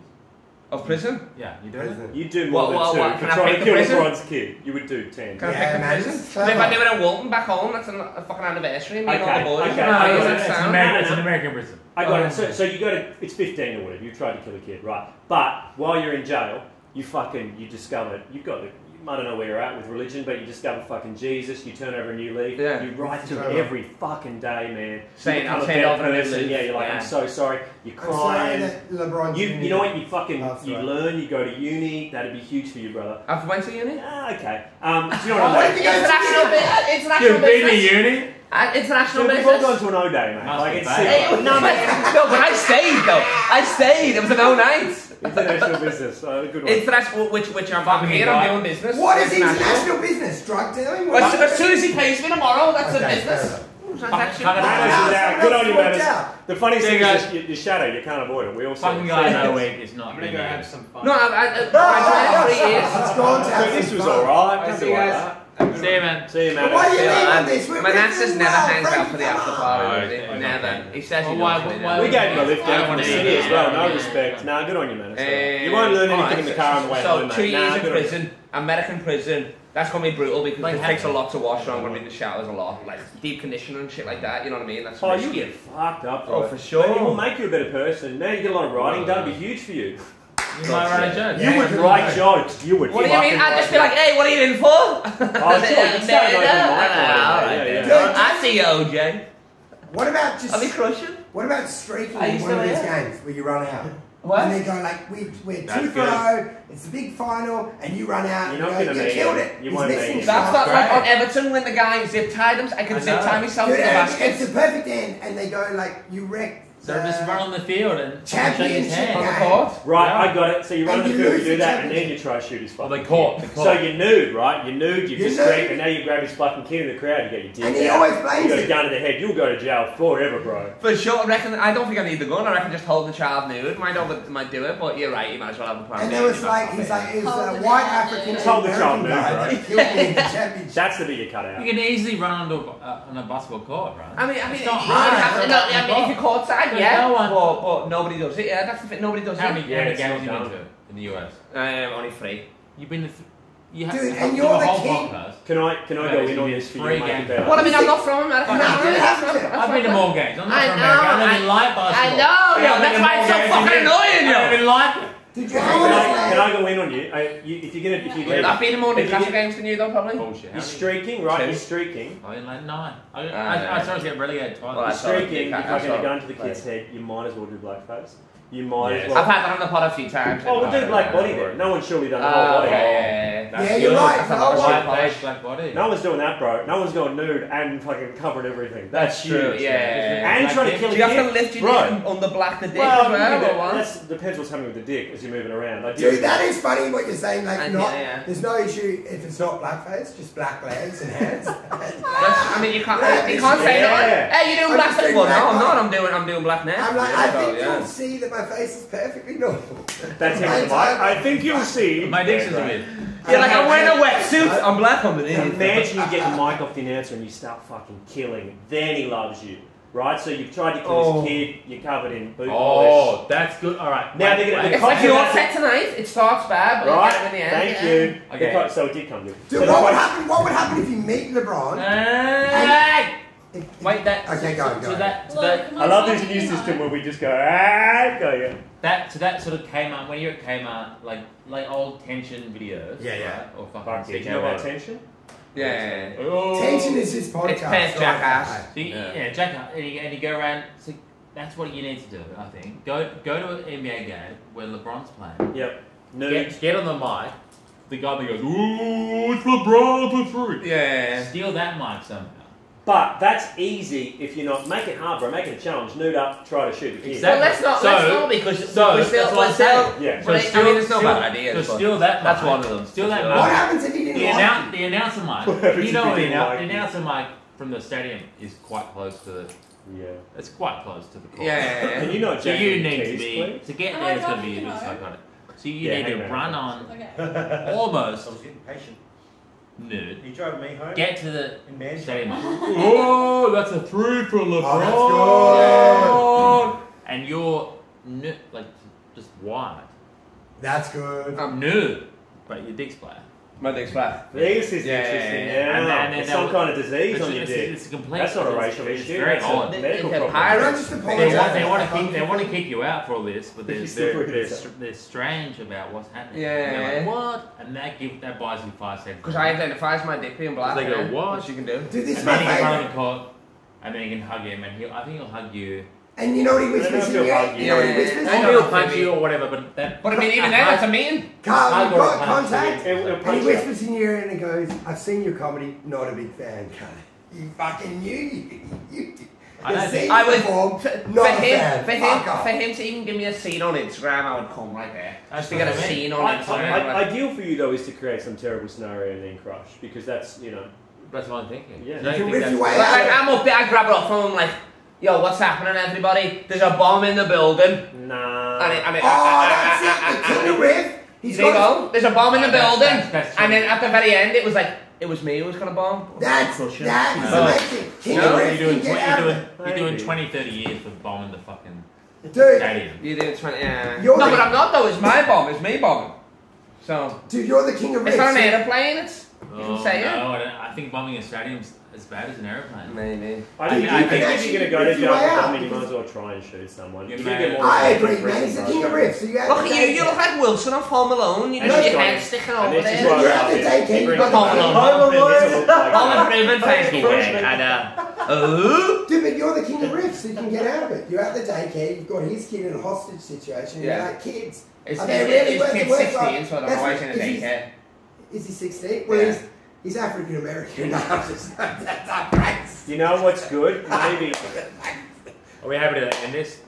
[SPEAKER 2] of prison.
[SPEAKER 1] Yeah, you do it.
[SPEAKER 3] Prison.
[SPEAKER 4] You do
[SPEAKER 2] What-
[SPEAKER 4] more
[SPEAKER 2] what-
[SPEAKER 4] than
[SPEAKER 2] what,
[SPEAKER 4] two.
[SPEAKER 2] can
[SPEAKER 4] For
[SPEAKER 2] I
[SPEAKER 4] trying
[SPEAKER 2] pick
[SPEAKER 4] to
[SPEAKER 2] a
[SPEAKER 4] kill
[SPEAKER 2] prison?
[SPEAKER 4] LeBron's kid, you would do ten.
[SPEAKER 2] Can I
[SPEAKER 3] Yeah,
[SPEAKER 2] pick the
[SPEAKER 3] man,
[SPEAKER 2] prison?
[SPEAKER 3] it's
[SPEAKER 2] But if I
[SPEAKER 3] clever.
[SPEAKER 2] do it at Walton back home, that's an, a fucking anniversary. Me and all
[SPEAKER 4] Okay,
[SPEAKER 2] the boys.
[SPEAKER 4] okay.
[SPEAKER 2] How
[SPEAKER 4] No,
[SPEAKER 2] does
[SPEAKER 4] it's-
[SPEAKER 2] that
[SPEAKER 4] it's
[SPEAKER 2] sound?
[SPEAKER 4] amazing.
[SPEAKER 1] it's an American prison.
[SPEAKER 4] I got
[SPEAKER 1] Oh,
[SPEAKER 4] it. So,
[SPEAKER 1] okay.
[SPEAKER 4] so you got to, it's 15 or whatever, you tried to kill a kid, right? But while you're in jail, you fucking, you discover, you've got the, I don't know where you're at with religion, but you discover fucking Jesus, you turn over a new leaf,
[SPEAKER 2] Yeah.
[SPEAKER 4] you write to
[SPEAKER 3] Sure.
[SPEAKER 4] him every fucking day, man.
[SPEAKER 2] Saying,
[SPEAKER 4] you become
[SPEAKER 2] "I'll
[SPEAKER 4] a
[SPEAKER 2] turn
[SPEAKER 4] better
[SPEAKER 2] over a new
[SPEAKER 4] person."
[SPEAKER 2] leaf.
[SPEAKER 4] Yeah, you're like,
[SPEAKER 2] Yeah.
[SPEAKER 4] I'm so sorry, you're
[SPEAKER 3] I'm sorry
[SPEAKER 4] crying.
[SPEAKER 3] that LeBron
[SPEAKER 4] You,
[SPEAKER 3] didn't
[SPEAKER 4] you know what, you fucking,
[SPEAKER 3] That's
[SPEAKER 4] you
[SPEAKER 3] right.
[SPEAKER 4] learn, you go to uni, that'd be huge for you, brother.
[SPEAKER 2] I've went to uni.
[SPEAKER 4] Ah, okay. Um, do you know what
[SPEAKER 3] What
[SPEAKER 4] I
[SPEAKER 3] if
[SPEAKER 4] mean?
[SPEAKER 3] you go to
[SPEAKER 2] International,
[SPEAKER 3] uni?
[SPEAKER 2] bu- international
[SPEAKER 1] You've been to
[SPEAKER 2] business.
[SPEAKER 1] uni?
[SPEAKER 2] Uh, international
[SPEAKER 4] Dude, we've all gone
[SPEAKER 2] business.
[SPEAKER 4] to an O day, mate.
[SPEAKER 1] Must
[SPEAKER 4] Like,
[SPEAKER 1] be
[SPEAKER 4] it's
[SPEAKER 1] bad.
[SPEAKER 2] Hey, it
[SPEAKER 4] sick.
[SPEAKER 2] was- no, but, no, but I stayed though. I stayed. It was an all night.
[SPEAKER 4] International business, uh, good one.
[SPEAKER 2] International, which which I'm
[SPEAKER 1] Fucking
[SPEAKER 2] here. I'm
[SPEAKER 1] guy.
[SPEAKER 2] doing business.
[SPEAKER 3] What is international business? Drug dealing? What-
[SPEAKER 2] As, as soon as he pays me tomorrow, that's
[SPEAKER 3] Okay,
[SPEAKER 2] a business.
[SPEAKER 3] fair
[SPEAKER 2] Transaction.
[SPEAKER 1] Fucking
[SPEAKER 4] Manners
[SPEAKER 1] guy.
[SPEAKER 3] Wow,
[SPEAKER 4] is out.
[SPEAKER 3] someone
[SPEAKER 4] Good
[SPEAKER 3] else
[SPEAKER 4] on you,
[SPEAKER 3] walked
[SPEAKER 4] Manners.
[SPEAKER 3] out.
[SPEAKER 4] The funniest
[SPEAKER 1] There
[SPEAKER 4] thing
[SPEAKER 1] you
[SPEAKER 4] is your, your shadow. You can't avoid it. We all
[SPEAKER 1] Fucking
[SPEAKER 4] saw it.
[SPEAKER 1] guy no week is not
[SPEAKER 6] I'm gonna
[SPEAKER 1] been
[SPEAKER 6] go have
[SPEAKER 1] there.
[SPEAKER 6] some fun.
[SPEAKER 2] No, I, I,
[SPEAKER 4] Ah.
[SPEAKER 2] I, I three years.
[SPEAKER 3] It's gone to
[SPEAKER 4] So
[SPEAKER 3] have
[SPEAKER 4] this
[SPEAKER 3] some
[SPEAKER 4] was
[SPEAKER 3] fun.
[SPEAKER 4] alright.
[SPEAKER 6] I
[SPEAKER 4] Don't
[SPEAKER 6] see
[SPEAKER 4] be
[SPEAKER 6] you
[SPEAKER 4] like
[SPEAKER 6] guys.
[SPEAKER 4] that.
[SPEAKER 1] See you, man.
[SPEAKER 4] See you,
[SPEAKER 3] Why do you
[SPEAKER 4] Manners.
[SPEAKER 3] leave
[SPEAKER 2] Yeah,
[SPEAKER 3] on this? We're
[SPEAKER 2] My
[SPEAKER 3] friends
[SPEAKER 2] Nancy's
[SPEAKER 3] now,
[SPEAKER 2] never hangs
[SPEAKER 3] friends
[SPEAKER 2] out for the
[SPEAKER 3] now.
[SPEAKER 2] after party.
[SPEAKER 1] Alright,
[SPEAKER 2] with me.
[SPEAKER 1] okay.
[SPEAKER 2] Never. He says
[SPEAKER 1] Well,
[SPEAKER 2] he does.
[SPEAKER 1] why-
[SPEAKER 2] but he
[SPEAKER 1] why-
[SPEAKER 2] never.
[SPEAKER 4] We gave him a lift
[SPEAKER 5] I
[SPEAKER 4] out
[SPEAKER 5] don't
[SPEAKER 4] from the
[SPEAKER 5] wanna
[SPEAKER 4] city
[SPEAKER 5] do
[SPEAKER 4] as well. No
[SPEAKER 5] that.
[SPEAKER 4] respect. Nah, good on you, Manners.
[SPEAKER 2] Eh,
[SPEAKER 4] you won't learn
[SPEAKER 2] alright,
[SPEAKER 4] anything in the
[SPEAKER 2] so-
[SPEAKER 4] car on the way
[SPEAKER 2] So
[SPEAKER 4] home, mate.
[SPEAKER 2] two years
[SPEAKER 4] Nah,
[SPEAKER 2] in
[SPEAKER 4] good on you.
[SPEAKER 2] prison, American prison. That's gonna be brutal because
[SPEAKER 1] Like
[SPEAKER 2] it
[SPEAKER 1] that.
[SPEAKER 2] takes a lot to wash. and I'm gonna be in the showers a lot, like deep conditioner and shit like that. You know what I mean? That's
[SPEAKER 4] Oh,
[SPEAKER 2] risky.
[SPEAKER 4] you get fucked up.
[SPEAKER 2] Oh,
[SPEAKER 4] bro.
[SPEAKER 2] for sure.
[SPEAKER 4] But It will make you a better person. Now you get a lot of writing
[SPEAKER 1] Oh,
[SPEAKER 4] done.
[SPEAKER 1] yeah.
[SPEAKER 4] It'd be huge for you.
[SPEAKER 1] You might write a joke.
[SPEAKER 4] You would write jokes. You would.
[SPEAKER 2] What do you mean?
[SPEAKER 4] fucking
[SPEAKER 2] I'd just be
[SPEAKER 4] write
[SPEAKER 2] like, hey, what are you in for? Oh,
[SPEAKER 4] sure, you can say it over the mic, like, yeah, yeah.
[SPEAKER 2] I see you, OJ.
[SPEAKER 3] What about
[SPEAKER 2] I'll be
[SPEAKER 3] just
[SPEAKER 2] crushing.
[SPEAKER 3] what about streaking
[SPEAKER 2] Are you
[SPEAKER 3] in one of
[SPEAKER 2] still
[SPEAKER 3] these
[SPEAKER 2] here?
[SPEAKER 3] games where you run out?
[SPEAKER 2] What?
[SPEAKER 3] And they go like, we, we're
[SPEAKER 1] That's
[SPEAKER 3] two for
[SPEAKER 1] good.
[SPEAKER 3] oh, it's a big final, and you run out.
[SPEAKER 4] You're not
[SPEAKER 3] and you
[SPEAKER 4] gonna
[SPEAKER 3] go, you
[SPEAKER 4] make
[SPEAKER 3] killed
[SPEAKER 4] it.
[SPEAKER 3] it.
[SPEAKER 4] You
[SPEAKER 3] He's
[SPEAKER 4] won't
[SPEAKER 3] missing
[SPEAKER 4] make it.
[SPEAKER 2] That's
[SPEAKER 3] stuff."
[SPEAKER 2] not like
[SPEAKER 3] Great.
[SPEAKER 2] on Everton when the guy zip tied him. I
[SPEAKER 1] I
[SPEAKER 2] can zip
[SPEAKER 1] know.
[SPEAKER 2] tie myself
[SPEAKER 3] Dude,
[SPEAKER 2] to the
[SPEAKER 3] and it's
[SPEAKER 2] basket.
[SPEAKER 3] the perfect end, and they go like, you wrecked
[SPEAKER 1] They're just run on the field and shake his
[SPEAKER 3] Championship
[SPEAKER 2] On the
[SPEAKER 1] hand.
[SPEAKER 3] game.
[SPEAKER 2] court?
[SPEAKER 4] Right,
[SPEAKER 1] Yeah.
[SPEAKER 4] I got it. So you run
[SPEAKER 3] And
[SPEAKER 4] the
[SPEAKER 3] you
[SPEAKER 4] field,
[SPEAKER 3] lose
[SPEAKER 4] you do
[SPEAKER 3] the
[SPEAKER 4] that, and then
[SPEAKER 3] championship.
[SPEAKER 4] you try to shoot his
[SPEAKER 1] Oh,
[SPEAKER 4] fucking
[SPEAKER 1] they caught. They
[SPEAKER 4] kid.
[SPEAKER 1] caught.
[SPEAKER 4] So you're nude, right? You're nude, you've
[SPEAKER 3] You're
[SPEAKER 4] just drank,
[SPEAKER 3] nude.
[SPEAKER 4] and now you grab his fucking kid in the crowd, you get your dick
[SPEAKER 3] And he
[SPEAKER 4] out.
[SPEAKER 3] always
[SPEAKER 4] You
[SPEAKER 3] blames
[SPEAKER 4] got a
[SPEAKER 3] it.
[SPEAKER 4] gun to the head, you'll go to jail forever, bro.
[SPEAKER 2] For sure, I reckon. I don't think I need the gun. I reckon just hold the child nude. Might not, might do it, but you're right. You might as well have a plan.
[SPEAKER 3] And
[SPEAKER 2] B,
[SPEAKER 3] there
[SPEAKER 2] you
[SPEAKER 3] was
[SPEAKER 2] might
[SPEAKER 3] like,
[SPEAKER 2] as
[SPEAKER 3] he's
[SPEAKER 2] well
[SPEAKER 3] like, it was
[SPEAKER 5] Hold
[SPEAKER 3] a
[SPEAKER 5] the
[SPEAKER 3] white
[SPEAKER 5] child
[SPEAKER 3] African
[SPEAKER 5] nude.
[SPEAKER 4] Hold the
[SPEAKER 3] American
[SPEAKER 4] child
[SPEAKER 3] guy
[SPEAKER 4] nude,
[SPEAKER 3] that killed me in the championship.
[SPEAKER 4] That's the bit you cut out.
[SPEAKER 1] You can easily run under uh, on a basketball court, right?
[SPEAKER 2] I mean, I mean,
[SPEAKER 1] It's
[SPEAKER 2] you
[SPEAKER 1] not
[SPEAKER 2] would
[SPEAKER 1] hard.
[SPEAKER 2] have to, no, I mean, if you're courtside,
[SPEAKER 1] But
[SPEAKER 2] yeah,
[SPEAKER 1] no one-
[SPEAKER 2] but, but nobody does it. Yeah, that's the thing. Nobody does
[SPEAKER 1] How
[SPEAKER 2] it.
[SPEAKER 1] many,
[SPEAKER 4] Yeah,
[SPEAKER 1] how many
[SPEAKER 4] it's
[SPEAKER 1] games
[SPEAKER 4] not
[SPEAKER 1] have you
[SPEAKER 4] done.
[SPEAKER 1] been to in the US?
[SPEAKER 2] Um, only three.
[SPEAKER 1] You've been to. Th- you have
[SPEAKER 3] Dude,
[SPEAKER 1] to
[SPEAKER 3] and
[SPEAKER 1] do
[SPEAKER 3] you're
[SPEAKER 1] a
[SPEAKER 3] the
[SPEAKER 1] whole
[SPEAKER 3] king.
[SPEAKER 1] podcast.
[SPEAKER 4] Can I can I
[SPEAKER 1] Yeah,
[SPEAKER 4] go
[SPEAKER 1] it's
[SPEAKER 4] in on this for
[SPEAKER 1] free
[SPEAKER 4] you, mate?
[SPEAKER 1] game.
[SPEAKER 4] better?
[SPEAKER 2] What I mean, I'm not from America.
[SPEAKER 3] But you have to.
[SPEAKER 2] That's
[SPEAKER 1] I've been to
[SPEAKER 2] right.
[SPEAKER 1] more games. I'm not
[SPEAKER 2] I
[SPEAKER 1] from
[SPEAKER 2] know,
[SPEAKER 1] America. I don't even
[SPEAKER 2] I-
[SPEAKER 1] like
[SPEAKER 2] I
[SPEAKER 1] basketball.
[SPEAKER 2] know.
[SPEAKER 1] Yeah, I've
[SPEAKER 2] Yeah,
[SPEAKER 1] been
[SPEAKER 2] that's
[SPEAKER 1] to
[SPEAKER 2] why
[SPEAKER 1] more
[SPEAKER 2] it's so
[SPEAKER 1] games
[SPEAKER 2] fucking
[SPEAKER 1] than you.
[SPEAKER 2] annoying,
[SPEAKER 1] I don't
[SPEAKER 2] yo.
[SPEAKER 1] even like it.
[SPEAKER 3] Did you
[SPEAKER 4] Can I, can
[SPEAKER 3] understand?
[SPEAKER 4] I go in on you? I, you if you get it, if you get
[SPEAKER 2] I've
[SPEAKER 4] it,
[SPEAKER 2] been in more
[SPEAKER 4] If you
[SPEAKER 2] Newcastle
[SPEAKER 4] get-
[SPEAKER 2] games Oh, than you, though, probably.
[SPEAKER 1] Bullshit.
[SPEAKER 4] you're streaking, right? You're streaking.
[SPEAKER 1] I didn't like nine. I,
[SPEAKER 2] Ah,
[SPEAKER 1] I, I,
[SPEAKER 2] yeah.
[SPEAKER 1] started to get relegated twice.
[SPEAKER 2] Well,
[SPEAKER 4] You're
[SPEAKER 2] that's all right.
[SPEAKER 4] streaking. You're
[SPEAKER 2] That's
[SPEAKER 4] fucking
[SPEAKER 2] all right.
[SPEAKER 4] a gun to the kid's head. You might as well do blackface. You might
[SPEAKER 1] Yes.
[SPEAKER 4] as
[SPEAKER 2] I've
[SPEAKER 4] well.
[SPEAKER 2] had that on the pod a few times.
[SPEAKER 4] Oh, we'll do black body
[SPEAKER 2] there.
[SPEAKER 4] then. No one's surely done the
[SPEAKER 1] Uh,
[SPEAKER 4] whole
[SPEAKER 2] Oh,
[SPEAKER 4] body.
[SPEAKER 2] okay, yeah, yeah, yeah.
[SPEAKER 3] Yeah, you're
[SPEAKER 1] yours.
[SPEAKER 3] right.
[SPEAKER 2] That's
[SPEAKER 3] No
[SPEAKER 2] a lot of
[SPEAKER 3] one-
[SPEAKER 1] Black
[SPEAKER 2] Black
[SPEAKER 1] face, black body.
[SPEAKER 4] No one's doing that, bro. No one's going nude and fucking covering everything. That's,
[SPEAKER 2] That's
[SPEAKER 4] huge.
[SPEAKER 2] true, yeah.
[SPEAKER 4] And
[SPEAKER 1] Black
[SPEAKER 4] trying to
[SPEAKER 1] dick.
[SPEAKER 4] kill
[SPEAKER 2] Do
[SPEAKER 4] a
[SPEAKER 2] you have to
[SPEAKER 4] kid?
[SPEAKER 2] lift your
[SPEAKER 4] Bro.
[SPEAKER 2] dick on the black the dick
[SPEAKER 4] Well,
[SPEAKER 2] as well,
[SPEAKER 4] you know,
[SPEAKER 2] or what?
[SPEAKER 4] that's, depends what's happening with the dick as you're moving around. I
[SPEAKER 3] Dude, that is funny what you're saying. Like,
[SPEAKER 2] And
[SPEAKER 3] not,
[SPEAKER 2] yeah, yeah.
[SPEAKER 3] there's no issue if it's not blackface, just black legs and hands.
[SPEAKER 2] That's, I mean, you can't.
[SPEAKER 3] Yeah,
[SPEAKER 2] you can't say
[SPEAKER 4] yeah.
[SPEAKER 2] no. Hey, you doing
[SPEAKER 3] I'm
[SPEAKER 2] black?
[SPEAKER 3] just doing
[SPEAKER 2] Well, no,
[SPEAKER 3] black
[SPEAKER 2] I'm not.
[SPEAKER 3] now.
[SPEAKER 2] I'm doing. I'm doing black now.
[SPEAKER 3] I'm like, I
[SPEAKER 2] So,
[SPEAKER 3] think
[SPEAKER 2] yeah.
[SPEAKER 3] you'll see that my face is perfectly normal.
[SPEAKER 4] That's it. I, I think you'll see.
[SPEAKER 1] My dick's
[SPEAKER 4] Yeah,
[SPEAKER 1] a
[SPEAKER 4] bro.
[SPEAKER 1] bit.
[SPEAKER 2] You're like, I'm wearing a
[SPEAKER 3] Uh,
[SPEAKER 2] wetsuit. I'm black underneath.
[SPEAKER 4] Imagine you get the mic off the announcer and you start fucking killing. Then he loves you, right? So you've tried to kill
[SPEAKER 2] Oh.
[SPEAKER 4] this kid. You're covered in boot polish.
[SPEAKER 1] Oh, that's good. All right.
[SPEAKER 4] Now
[SPEAKER 1] Wait,
[SPEAKER 4] they're gonna-
[SPEAKER 1] wait.
[SPEAKER 2] It's like you're set tonight. It starts bad, but
[SPEAKER 4] Right?
[SPEAKER 2] you get it in the end.
[SPEAKER 4] Thank
[SPEAKER 2] yeah.
[SPEAKER 4] you.
[SPEAKER 1] Okay.
[SPEAKER 4] The co- So it did come to.
[SPEAKER 3] Dude, what would happen? What would happen if you meet
[SPEAKER 2] Uh,
[SPEAKER 3] LeBron?
[SPEAKER 1] Hey!
[SPEAKER 3] If-
[SPEAKER 1] Wait, that.
[SPEAKER 3] Okay,
[SPEAKER 1] so,
[SPEAKER 3] go,
[SPEAKER 1] so,
[SPEAKER 3] go.
[SPEAKER 1] So that, so
[SPEAKER 5] Look,
[SPEAKER 1] that,
[SPEAKER 5] my
[SPEAKER 4] I love this
[SPEAKER 5] fucking
[SPEAKER 4] new
[SPEAKER 5] emo.
[SPEAKER 4] system where we just go, ah, go yeah.
[SPEAKER 1] that, so that sort of came out when you're at Kmart, like like old tension videos.
[SPEAKER 3] Yeah, yeah.
[SPEAKER 1] Right? Or
[SPEAKER 4] Fuck,
[SPEAKER 1] fucking
[SPEAKER 4] did you know about tension?
[SPEAKER 2] Yeah. yeah, yeah.
[SPEAKER 3] Tension is his podcast.
[SPEAKER 2] It's past
[SPEAKER 3] so-
[SPEAKER 2] jackass.
[SPEAKER 1] So you,
[SPEAKER 2] Yeah.
[SPEAKER 1] yeah. Jack, uh, and you, and you go around. So that's what you need to do, I think. Go go to an NBA game where LeBron's playing.
[SPEAKER 4] Yep. Nude.
[SPEAKER 1] Get, get on the mic. The guy that goes, "Ooh, it's LeBron for free."
[SPEAKER 2] Yeah.
[SPEAKER 1] Steal that mic somehow.
[SPEAKER 4] But that's easy if you're not. Make it hard, bro. Make it a challenge. Nude up, try to shoot the kid.
[SPEAKER 1] Exactly.
[SPEAKER 2] Well, let's not. let's
[SPEAKER 1] So-
[SPEAKER 2] not because
[SPEAKER 1] so,
[SPEAKER 2] we're still.
[SPEAKER 1] that's what
[SPEAKER 2] We're
[SPEAKER 1] I'm
[SPEAKER 2] still.
[SPEAKER 4] Yeah.
[SPEAKER 2] Well, I
[SPEAKER 1] steal-
[SPEAKER 2] mean, it's not
[SPEAKER 1] steal-
[SPEAKER 2] bad ideas,
[SPEAKER 1] So
[SPEAKER 2] but
[SPEAKER 1] steal that.
[SPEAKER 2] that's
[SPEAKER 1] mic.
[SPEAKER 2] one of them.
[SPEAKER 1] Steal that
[SPEAKER 2] Yeah.
[SPEAKER 3] uh, What
[SPEAKER 1] mic.
[SPEAKER 3] happens if he
[SPEAKER 1] The,
[SPEAKER 3] didn't like
[SPEAKER 1] annou- the announcer
[SPEAKER 4] What happens
[SPEAKER 1] mic. You
[SPEAKER 4] if
[SPEAKER 1] know
[SPEAKER 4] you
[SPEAKER 1] the,
[SPEAKER 4] didn't
[SPEAKER 1] annou-
[SPEAKER 4] like
[SPEAKER 1] the
[SPEAKER 4] it?
[SPEAKER 1] announcer mic from the stadium is quite close to the.
[SPEAKER 4] Yeah.
[SPEAKER 1] It's quite close to the court.
[SPEAKER 2] Yeah.
[SPEAKER 4] Can you not
[SPEAKER 1] So
[SPEAKER 4] jack
[SPEAKER 1] you
[SPEAKER 4] the
[SPEAKER 1] need to
[SPEAKER 4] keys,
[SPEAKER 1] be
[SPEAKER 4] please?
[SPEAKER 1] to get
[SPEAKER 5] Am
[SPEAKER 1] there.
[SPEAKER 5] I
[SPEAKER 1] It's going to be a
[SPEAKER 5] driving
[SPEAKER 1] bit
[SPEAKER 5] home?
[SPEAKER 1] psychotic. So you
[SPEAKER 4] Yeah,
[SPEAKER 1] need to
[SPEAKER 4] hang around.
[SPEAKER 1] run on
[SPEAKER 5] Okay.
[SPEAKER 1] almost
[SPEAKER 6] I was getting patient.
[SPEAKER 1] nude.
[SPEAKER 6] He drove me home
[SPEAKER 1] Get to the
[SPEAKER 6] in Manchester.
[SPEAKER 1] stadium. mic. oh, that's a three for LeBron.
[SPEAKER 4] Oh,
[SPEAKER 3] that's good.
[SPEAKER 1] And you're nu- like just wide,
[SPEAKER 3] That's good.
[SPEAKER 2] Um,
[SPEAKER 1] nude, but your dick's black.
[SPEAKER 2] My dick's black.
[SPEAKER 4] This is
[SPEAKER 2] Yeah, yeah,
[SPEAKER 4] interesting.
[SPEAKER 2] yeah.
[SPEAKER 4] Yeah.
[SPEAKER 1] And then- and then
[SPEAKER 4] It's
[SPEAKER 1] they'll-
[SPEAKER 4] some kind of disease
[SPEAKER 1] It's,
[SPEAKER 4] on your
[SPEAKER 1] it's,
[SPEAKER 4] dick.
[SPEAKER 1] it's a complete.
[SPEAKER 4] That's not a
[SPEAKER 1] it's-
[SPEAKER 4] racial
[SPEAKER 1] it's
[SPEAKER 4] issue.
[SPEAKER 1] very
[SPEAKER 4] That's
[SPEAKER 1] odd.
[SPEAKER 4] a
[SPEAKER 2] They-
[SPEAKER 4] medical
[SPEAKER 2] they have
[SPEAKER 4] problem.
[SPEAKER 2] high-
[SPEAKER 3] Can I just apologize?
[SPEAKER 1] They want, they want to kick they want to kick you out for all this, but they're
[SPEAKER 4] You still
[SPEAKER 1] they're,
[SPEAKER 4] put it
[SPEAKER 1] they're,
[SPEAKER 4] in.
[SPEAKER 1] str- they're strange about what's happening.
[SPEAKER 2] Yeah.
[SPEAKER 1] And they're like, what? And that give that buys you five seconds.
[SPEAKER 2] Because I identify as my dick being black.
[SPEAKER 1] They go,
[SPEAKER 2] yeah.
[SPEAKER 1] what?
[SPEAKER 2] Which you can do.
[SPEAKER 3] Dude, this is
[SPEAKER 1] and
[SPEAKER 3] my
[SPEAKER 1] then he can run
[SPEAKER 3] favorite.
[SPEAKER 1] on the court, and then he can hug him, and he'll I think he'll hug you,
[SPEAKER 3] And you know what he
[SPEAKER 4] don't
[SPEAKER 3] whispers in
[SPEAKER 4] feel
[SPEAKER 3] your
[SPEAKER 4] hard,
[SPEAKER 3] ear? You know what
[SPEAKER 2] yeah.
[SPEAKER 3] he whispers?
[SPEAKER 2] I
[SPEAKER 1] or
[SPEAKER 2] know,
[SPEAKER 1] he'll
[SPEAKER 2] maybe.
[SPEAKER 1] punch you or whatever. But that
[SPEAKER 2] But I mean, even then, that's a meeting.
[SPEAKER 3] Carl,
[SPEAKER 1] Hug
[SPEAKER 3] we've
[SPEAKER 1] or a
[SPEAKER 3] got
[SPEAKER 1] punch.
[SPEAKER 3] contact.
[SPEAKER 4] It- it'll
[SPEAKER 3] And
[SPEAKER 4] punch
[SPEAKER 3] he
[SPEAKER 4] you.
[SPEAKER 3] whispers in your ear and he goes, I've seen your comedy, not a big fan, Carl. You fucking knew you. you did.
[SPEAKER 1] I
[SPEAKER 3] You've
[SPEAKER 1] know.
[SPEAKER 3] seen
[SPEAKER 2] I
[SPEAKER 3] the
[SPEAKER 2] would
[SPEAKER 3] form,
[SPEAKER 2] for,
[SPEAKER 3] not
[SPEAKER 2] for
[SPEAKER 3] a fan.
[SPEAKER 2] him for him
[SPEAKER 3] Fuck off.
[SPEAKER 2] for him to even give me a scene on Instagram. I would come right there
[SPEAKER 1] That's
[SPEAKER 2] just to get
[SPEAKER 1] what
[SPEAKER 2] a
[SPEAKER 1] I mean.
[SPEAKER 2] scene on
[SPEAKER 4] I,
[SPEAKER 2] Instagram.
[SPEAKER 4] I, ideal for you though is to create some terrible scenario and then crush because that's you know
[SPEAKER 1] that's what I'm thinking.
[SPEAKER 4] Yeah.
[SPEAKER 1] I don't
[SPEAKER 3] You
[SPEAKER 1] think
[SPEAKER 3] whip
[SPEAKER 1] that's-
[SPEAKER 3] your way
[SPEAKER 2] Like, like,
[SPEAKER 3] out.
[SPEAKER 2] I'm up there, I grab it off and I'm like, yo, what's happening, everybody? There's a bomb in the building.
[SPEAKER 4] nah.
[SPEAKER 2] And it, and it,
[SPEAKER 3] Oh, that's it. The killer riff. He's
[SPEAKER 2] there you
[SPEAKER 3] got
[SPEAKER 2] go. There's a bomb in the
[SPEAKER 1] That's-
[SPEAKER 2] building.
[SPEAKER 1] that's- that's
[SPEAKER 2] and then
[SPEAKER 1] true.
[SPEAKER 2] at the very end, it was like, it was me who was gonna bomb.
[SPEAKER 3] That's
[SPEAKER 2] Crush it. Oh.
[SPEAKER 3] that's amazing. King
[SPEAKER 2] No,
[SPEAKER 3] of
[SPEAKER 1] You're
[SPEAKER 3] Riff
[SPEAKER 1] doing,
[SPEAKER 3] can
[SPEAKER 1] tw- you're,
[SPEAKER 3] get out of
[SPEAKER 1] doing,
[SPEAKER 3] it.
[SPEAKER 1] you're doing
[SPEAKER 4] Maybe.
[SPEAKER 1] 20, 30 years for bombing the fucking
[SPEAKER 3] Dude,
[SPEAKER 1] stadium.
[SPEAKER 2] You did 20. Yeah.
[SPEAKER 3] You're
[SPEAKER 2] no,
[SPEAKER 3] the-
[SPEAKER 2] but I'm not though. It's my bomb. It's me bombing. So
[SPEAKER 3] dude, you're the king of riffs.
[SPEAKER 2] it's not an airplane. It's you
[SPEAKER 1] Oh,
[SPEAKER 2] can say
[SPEAKER 1] no,
[SPEAKER 2] it.
[SPEAKER 1] I, don't, I think bombing a stadium's as bad as an airplane.
[SPEAKER 2] Maybe.
[SPEAKER 4] I,
[SPEAKER 1] I
[SPEAKER 4] think,
[SPEAKER 1] mean, I
[SPEAKER 4] I
[SPEAKER 1] think-
[SPEAKER 4] think if you're gonna go to
[SPEAKER 3] If you
[SPEAKER 4] jail for
[SPEAKER 3] are out,
[SPEAKER 4] bombing, you
[SPEAKER 3] because-
[SPEAKER 4] might as well try and shoot someone.
[SPEAKER 1] You
[SPEAKER 4] You do
[SPEAKER 1] may-
[SPEAKER 4] get more
[SPEAKER 3] I
[SPEAKER 4] than
[SPEAKER 3] agree,
[SPEAKER 4] one
[SPEAKER 3] man. He's
[SPEAKER 4] person,
[SPEAKER 3] the king of
[SPEAKER 4] bro.
[SPEAKER 3] riffs. So you have
[SPEAKER 2] Look
[SPEAKER 3] to
[SPEAKER 2] at you.
[SPEAKER 3] take-
[SPEAKER 2] You look like Wilson off Home Alone. You
[SPEAKER 4] And
[SPEAKER 2] got
[SPEAKER 4] he's
[SPEAKER 2] your
[SPEAKER 4] got
[SPEAKER 2] head
[SPEAKER 4] it.
[SPEAKER 2] sticking
[SPEAKER 4] And
[SPEAKER 2] over
[SPEAKER 4] this is
[SPEAKER 2] there.
[SPEAKER 4] why
[SPEAKER 3] You
[SPEAKER 4] we're
[SPEAKER 3] have
[SPEAKER 4] out
[SPEAKER 3] to
[SPEAKER 4] here.
[SPEAKER 3] take him
[SPEAKER 4] Bring
[SPEAKER 3] by
[SPEAKER 4] it
[SPEAKER 3] the
[SPEAKER 4] on.
[SPEAKER 2] hand.
[SPEAKER 4] Home Alone.
[SPEAKER 2] I'm improving face gang, and uh, ooh.
[SPEAKER 3] Dude, but you're the king of riffs, so you can get out of it. You're at the daycare, you've got his kid in a hostage situation,
[SPEAKER 2] Yeah.
[SPEAKER 3] you're like, kids,
[SPEAKER 2] It's,
[SPEAKER 3] Are
[SPEAKER 2] it's,
[SPEAKER 3] they really
[SPEAKER 2] it's,
[SPEAKER 3] worth
[SPEAKER 2] kid
[SPEAKER 3] the work?
[SPEAKER 2] 16, so I don't know
[SPEAKER 3] That's-
[SPEAKER 2] why he's in a
[SPEAKER 3] is he-
[SPEAKER 2] daycare.
[SPEAKER 3] is he 16? Well,
[SPEAKER 2] Yeah.
[SPEAKER 3] he's, he's African American. No, I'm just, that's not great.
[SPEAKER 4] You know what's good? Maybe
[SPEAKER 1] Are we happy to end this?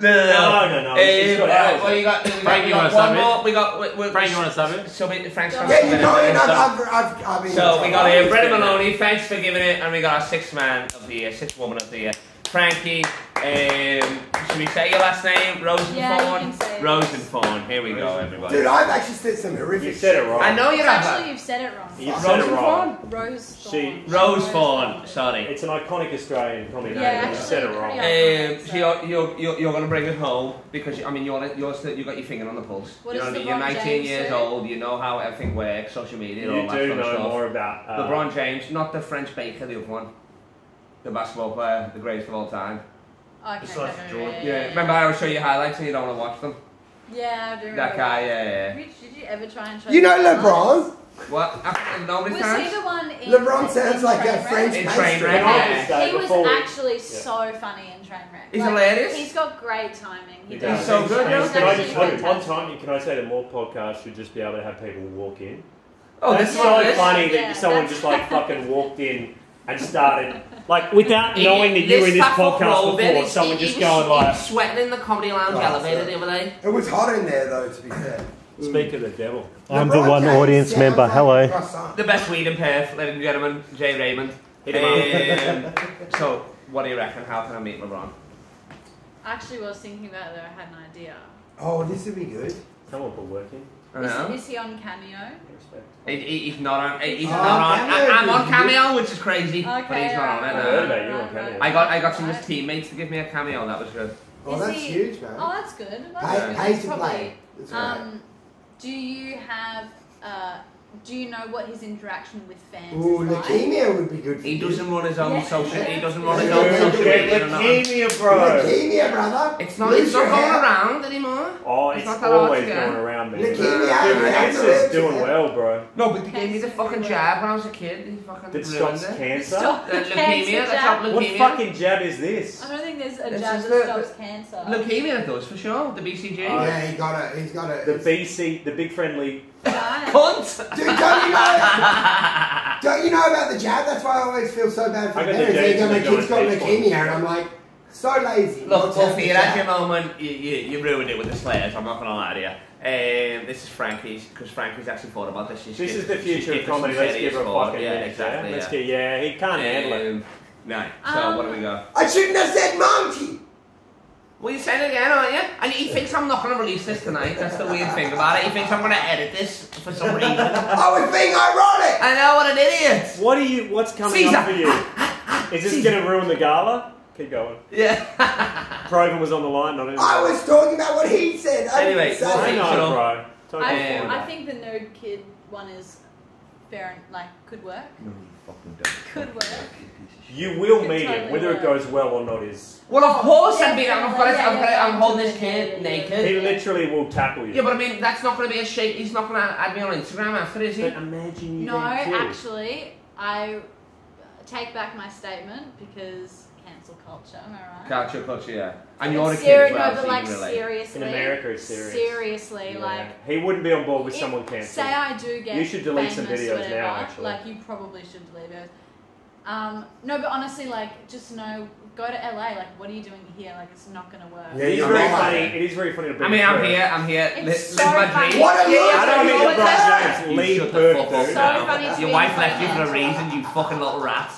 [SPEAKER 2] No, no, no.
[SPEAKER 4] No, no, no, it's- it's
[SPEAKER 2] Um,
[SPEAKER 4] got ours.
[SPEAKER 2] right, well, you got, we got-
[SPEAKER 1] Frank,
[SPEAKER 2] we
[SPEAKER 1] you
[SPEAKER 2] got
[SPEAKER 1] wanna
[SPEAKER 2] one
[SPEAKER 1] sub it?
[SPEAKER 2] more. We got. We, we,
[SPEAKER 1] Frank, you want to sub it?
[SPEAKER 2] sub it? Frank's
[SPEAKER 5] Yeah,
[SPEAKER 2] got
[SPEAKER 3] Yeah,
[SPEAKER 2] seven
[SPEAKER 3] you know,
[SPEAKER 2] minutes,
[SPEAKER 3] and I've,
[SPEAKER 2] so-
[SPEAKER 3] I've, I've, I've been.
[SPEAKER 2] So we got
[SPEAKER 1] it.
[SPEAKER 2] here, Brendan Oh, Maloney, thanks for giving it, and we got our sixth man of the year, sixth woman of the year, Frankie. Um, should we say your last name? Rosenthorn?
[SPEAKER 5] Yeah, you can say it.
[SPEAKER 2] Rosenthorn. Here we go, everybody.
[SPEAKER 3] Dude, I've actually said some horrific.
[SPEAKER 4] You said it wrong.
[SPEAKER 2] I know you're not.
[SPEAKER 5] Actually, you've said it wrong.
[SPEAKER 4] You said it wrong.
[SPEAKER 5] Rose
[SPEAKER 4] She-
[SPEAKER 5] Thorne.
[SPEAKER 2] Rose Fawn, sorry.
[SPEAKER 4] It's an iconic Australian comedy
[SPEAKER 5] Yeah,
[SPEAKER 4] name.
[SPEAKER 5] actually,
[SPEAKER 4] You said it
[SPEAKER 5] pretty
[SPEAKER 4] wrong.
[SPEAKER 2] Um, so you're, you're, you're, you're going to bring it home because you- I mean you're you're still, you got your finger on the pulse.
[SPEAKER 5] What
[SPEAKER 2] you know
[SPEAKER 5] does
[SPEAKER 2] what I mean? You're
[SPEAKER 5] LeBron
[SPEAKER 2] 19
[SPEAKER 5] James
[SPEAKER 2] years
[SPEAKER 5] say?
[SPEAKER 2] old. You know how everything works, social media,
[SPEAKER 4] You
[SPEAKER 2] all that
[SPEAKER 4] do
[SPEAKER 2] kind of
[SPEAKER 4] know
[SPEAKER 2] stuff.
[SPEAKER 4] more about uh,
[SPEAKER 2] LeBron James, not the French baker, the other one, the basketball player, the greatest of all time.
[SPEAKER 5] Oh, okay,
[SPEAKER 1] It's like
[SPEAKER 5] okay,
[SPEAKER 1] Jordan.
[SPEAKER 5] yeah,
[SPEAKER 2] Yeah, remember I would show you highlights and you don't want to watch them.
[SPEAKER 5] Yeah, I do remember
[SPEAKER 2] That guy, yeah,
[SPEAKER 5] Rich, did you ever try and try
[SPEAKER 3] You know LeBron?
[SPEAKER 2] yeah. What? After, nobody
[SPEAKER 5] Was he
[SPEAKER 2] times?
[SPEAKER 5] the one in
[SPEAKER 3] LeBron sounds
[SPEAKER 5] in
[SPEAKER 3] like a
[SPEAKER 5] Trainwreck?
[SPEAKER 3] French
[SPEAKER 2] In
[SPEAKER 3] pastry.
[SPEAKER 2] Trainwreck.
[SPEAKER 5] Yeah.
[SPEAKER 4] Yeah.
[SPEAKER 5] He was
[SPEAKER 4] Before we-
[SPEAKER 5] actually so funny in Trainwreck.
[SPEAKER 2] He's
[SPEAKER 5] Like,
[SPEAKER 2] hilarious.
[SPEAKER 5] He's got great timing. He
[SPEAKER 4] You
[SPEAKER 5] does.
[SPEAKER 2] He's so good,
[SPEAKER 4] Can
[SPEAKER 2] yeah.
[SPEAKER 4] I just
[SPEAKER 5] Actually,
[SPEAKER 4] one, one time? Can I say that more podcasts should just be able to have people walk in?
[SPEAKER 2] Oh,
[SPEAKER 4] That's
[SPEAKER 2] this
[SPEAKER 5] is
[SPEAKER 4] so
[SPEAKER 5] this-
[SPEAKER 4] funny that
[SPEAKER 5] yeah,
[SPEAKER 4] someone
[SPEAKER 5] that's-
[SPEAKER 4] just like fucking walked in and started like without
[SPEAKER 2] He-
[SPEAKER 4] knowing that you were in this
[SPEAKER 2] fat fuck
[SPEAKER 4] podcast
[SPEAKER 2] rolled in,
[SPEAKER 4] before.
[SPEAKER 2] he-
[SPEAKER 4] Someone
[SPEAKER 2] he
[SPEAKER 4] just
[SPEAKER 2] was-
[SPEAKER 4] going
[SPEAKER 2] he was
[SPEAKER 4] like,
[SPEAKER 2] sweating in the comedy lounge
[SPEAKER 3] Oh,
[SPEAKER 2] elevator
[SPEAKER 3] sorry.
[SPEAKER 2] the other day.
[SPEAKER 3] It was hot in there though, to be fair.
[SPEAKER 4] "Speak to the devil."
[SPEAKER 6] I'm
[SPEAKER 3] LeBron
[SPEAKER 6] the one
[SPEAKER 3] James
[SPEAKER 6] audience
[SPEAKER 3] sounds
[SPEAKER 6] member.
[SPEAKER 3] like
[SPEAKER 6] Hello.
[SPEAKER 3] a croissant.
[SPEAKER 2] The best weed in Perth, ladies and gentlemen, Jay Raymond.
[SPEAKER 4] Hit him
[SPEAKER 2] Um, so, what do you reckon? How can I meet LeBron?
[SPEAKER 5] I actually was thinking about it though. I had an idea.
[SPEAKER 3] Oh, this would be good.
[SPEAKER 4] Someone put working.
[SPEAKER 2] I
[SPEAKER 5] Is-
[SPEAKER 2] know.
[SPEAKER 5] Is, he on Cameo?
[SPEAKER 4] Respect.
[SPEAKER 2] He, he, he's not on. he- He's
[SPEAKER 3] Oh,
[SPEAKER 2] not on.
[SPEAKER 3] Cameo.
[SPEAKER 2] I, I'm on cameo, which is crazy,
[SPEAKER 5] Okay.
[SPEAKER 2] but he's not on
[SPEAKER 5] alright,
[SPEAKER 2] it.
[SPEAKER 4] I
[SPEAKER 2] no.
[SPEAKER 4] heard about you on
[SPEAKER 5] alright,
[SPEAKER 4] Cameo.
[SPEAKER 2] I got I got some of his
[SPEAKER 5] alright.
[SPEAKER 2] teammates to give me a cameo. That was good.
[SPEAKER 3] Oh,
[SPEAKER 5] Is
[SPEAKER 3] that's
[SPEAKER 5] he-
[SPEAKER 3] huge, man.
[SPEAKER 5] Oh, that's good. That's
[SPEAKER 3] Pay-
[SPEAKER 5] good.
[SPEAKER 3] pay
[SPEAKER 5] It's
[SPEAKER 3] to
[SPEAKER 5] probably-
[SPEAKER 3] play. That's right.
[SPEAKER 5] Um, do you have? Uh, do you know what his interaction with fans
[SPEAKER 3] Ooh,
[SPEAKER 5] is like?
[SPEAKER 3] leukemia would be good for
[SPEAKER 2] He
[SPEAKER 3] you.
[SPEAKER 2] doesn't run his own
[SPEAKER 5] Yeah.
[SPEAKER 2] social. He doesn't run
[SPEAKER 3] Yeah.
[SPEAKER 2] his own
[SPEAKER 3] Yeah.
[SPEAKER 2] social
[SPEAKER 3] Yeah.
[SPEAKER 2] media. or nothing.
[SPEAKER 3] Leukemia, brother.
[SPEAKER 2] It's not.
[SPEAKER 3] Lose
[SPEAKER 2] It's not
[SPEAKER 3] your
[SPEAKER 2] going
[SPEAKER 3] hair.
[SPEAKER 2] around anymore.
[SPEAKER 4] Oh,
[SPEAKER 2] It's
[SPEAKER 4] it's,
[SPEAKER 2] not that hard
[SPEAKER 4] always
[SPEAKER 2] to get.
[SPEAKER 4] going around, man.
[SPEAKER 3] Leukemia.
[SPEAKER 4] Dude,
[SPEAKER 3] yeah.
[SPEAKER 4] cancer's doing well, bro.
[SPEAKER 2] No, but they gave me the
[SPEAKER 5] Cancer
[SPEAKER 2] fucking
[SPEAKER 5] everywhere.
[SPEAKER 2] jab when I was a kid. He fucking
[SPEAKER 4] That
[SPEAKER 2] ruined
[SPEAKER 4] stops
[SPEAKER 2] it.
[SPEAKER 4] cancer.
[SPEAKER 5] Stop
[SPEAKER 2] The
[SPEAKER 5] the cancer
[SPEAKER 2] leukemia. That's
[SPEAKER 5] jab.
[SPEAKER 2] not
[SPEAKER 4] What
[SPEAKER 2] leukemia.
[SPEAKER 4] fucking jab is this?
[SPEAKER 5] I don't think there's a
[SPEAKER 2] This
[SPEAKER 5] jab
[SPEAKER 2] is
[SPEAKER 5] that
[SPEAKER 2] the-
[SPEAKER 5] stops cancer.
[SPEAKER 2] Leukemia it does for sure. The BCG.
[SPEAKER 4] Uh,
[SPEAKER 3] Oh, Yeah, he got it. He's got it.
[SPEAKER 4] The
[SPEAKER 3] It's-
[SPEAKER 4] BC, the big friendly.
[SPEAKER 5] Right.
[SPEAKER 2] Cunt.
[SPEAKER 3] Dude, don't you know? don't you know about the jab? That's why I always feel so bad for
[SPEAKER 4] I got the
[SPEAKER 3] parents. They
[SPEAKER 4] James
[SPEAKER 3] go, my
[SPEAKER 4] and the
[SPEAKER 3] kid's got
[SPEAKER 4] John Page
[SPEAKER 3] leukemia, and I'm like, so lazy. not
[SPEAKER 2] Look,
[SPEAKER 3] to have
[SPEAKER 2] Wolfie,
[SPEAKER 3] the
[SPEAKER 2] you had your
[SPEAKER 3] jab.
[SPEAKER 2] moment. You, you, you ruined it with the Slayers. I'm not gonna lie to you. Um, this is Frankie's because Frankie's actually thought about this. She's
[SPEAKER 4] This is
[SPEAKER 2] given-
[SPEAKER 4] the
[SPEAKER 2] she's
[SPEAKER 4] future of
[SPEAKER 2] given some
[SPEAKER 4] comedy. Let's give
[SPEAKER 2] serious
[SPEAKER 4] her a
[SPEAKER 2] thought.
[SPEAKER 4] fucking
[SPEAKER 2] yeah,
[SPEAKER 4] minute,
[SPEAKER 2] exactly.
[SPEAKER 4] Yeah. Let's
[SPEAKER 2] yeah.
[SPEAKER 4] get, yeah, he can't handle it.
[SPEAKER 2] Um, no. So what do we go?
[SPEAKER 3] I shouldn't have said monkey.
[SPEAKER 2] Well, you said it again, aren't you? And he thinks I'm not going to release this tonight. That's the weird thing about it. He thinks I'm going to edit this for some reason. I
[SPEAKER 3] I was being ironic.
[SPEAKER 2] know what an idiot.
[SPEAKER 4] What are you? What's coming up for you? Is this going to ruin the gala? Keep going.
[SPEAKER 2] Yeah.
[SPEAKER 4] Proven was on the line, not anyone.
[SPEAKER 3] I was talking about what he said. I didn't
[SPEAKER 2] Anyway,
[SPEAKER 3] say
[SPEAKER 2] Wolfie,
[SPEAKER 4] I
[SPEAKER 3] it.
[SPEAKER 2] Shut up.
[SPEAKER 4] know, bro. Totally
[SPEAKER 5] I,
[SPEAKER 2] Um,
[SPEAKER 4] fine.
[SPEAKER 5] I think the nerd kid one is fair and like could work. Could work.
[SPEAKER 4] you will
[SPEAKER 5] It
[SPEAKER 4] meet him,
[SPEAKER 5] totally
[SPEAKER 4] whether it
[SPEAKER 5] works.
[SPEAKER 4] goes well or not. Is
[SPEAKER 2] Well, of course I'd be.
[SPEAKER 5] Yeah,
[SPEAKER 2] I've got.
[SPEAKER 5] yeah,
[SPEAKER 2] I'm, gonna,
[SPEAKER 5] yeah,
[SPEAKER 2] I'm holding this
[SPEAKER 5] yeah, yeah,
[SPEAKER 2] kid
[SPEAKER 5] yeah.
[SPEAKER 2] naked.
[SPEAKER 4] he literally will tackle you?
[SPEAKER 2] Yeah, but I mean, that's not going to be a shake. He's not going to add me on Instagram after, is he?
[SPEAKER 4] But imagine you.
[SPEAKER 5] No,
[SPEAKER 4] there too.
[SPEAKER 5] actually, I take back my statement because cancel culture. Am I right?
[SPEAKER 2] Culture, culture, yeah. And
[SPEAKER 5] Seri- no, but like seriously.
[SPEAKER 4] In America, it's serious.
[SPEAKER 5] Seriously,
[SPEAKER 4] Yeah.
[SPEAKER 5] like.
[SPEAKER 4] he wouldn't be on board with
[SPEAKER 5] if-
[SPEAKER 4] someone cancelling.
[SPEAKER 5] Say I do get.
[SPEAKER 4] You should delete some
[SPEAKER 5] famous,
[SPEAKER 4] videos
[SPEAKER 5] whatever,
[SPEAKER 4] now, actually.
[SPEAKER 5] Like you probably should delete those. Um, no, but honestly, like just know, go to LA. Like, what are you doing here? Like, it's not gonna work.
[SPEAKER 4] it is
[SPEAKER 3] you're
[SPEAKER 4] very
[SPEAKER 3] right.
[SPEAKER 4] funny. It is very funny to bring.
[SPEAKER 2] I mean,
[SPEAKER 4] it
[SPEAKER 2] I'm
[SPEAKER 4] through.
[SPEAKER 2] here. I'm here. Li-
[SPEAKER 5] It's
[SPEAKER 2] live
[SPEAKER 5] so
[SPEAKER 2] my dream.
[SPEAKER 5] funny. What
[SPEAKER 3] a
[SPEAKER 2] yeah,
[SPEAKER 3] loser.
[SPEAKER 2] yeah,
[SPEAKER 4] I don't
[SPEAKER 2] you
[SPEAKER 4] think
[SPEAKER 2] know what
[SPEAKER 4] LeBron
[SPEAKER 2] that-
[SPEAKER 4] James
[SPEAKER 2] You
[SPEAKER 4] leave
[SPEAKER 2] shut the
[SPEAKER 4] Perth,
[SPEAKER 2] fuck up
[SPEAKER 4] dude.
[SPEAKER 5] So
[SPEAKER 2] now.
[SPEAKER 5] funny to
[SPEAKER 2] Your
[SPEAKER 5] be
[SPEAKER 2] wife
[SPEAKER 5] in
[SPEAKER 2] left you for a
[SPEAKER 5] Perth.
[SPEAKER 2] reason, you fucking little rat.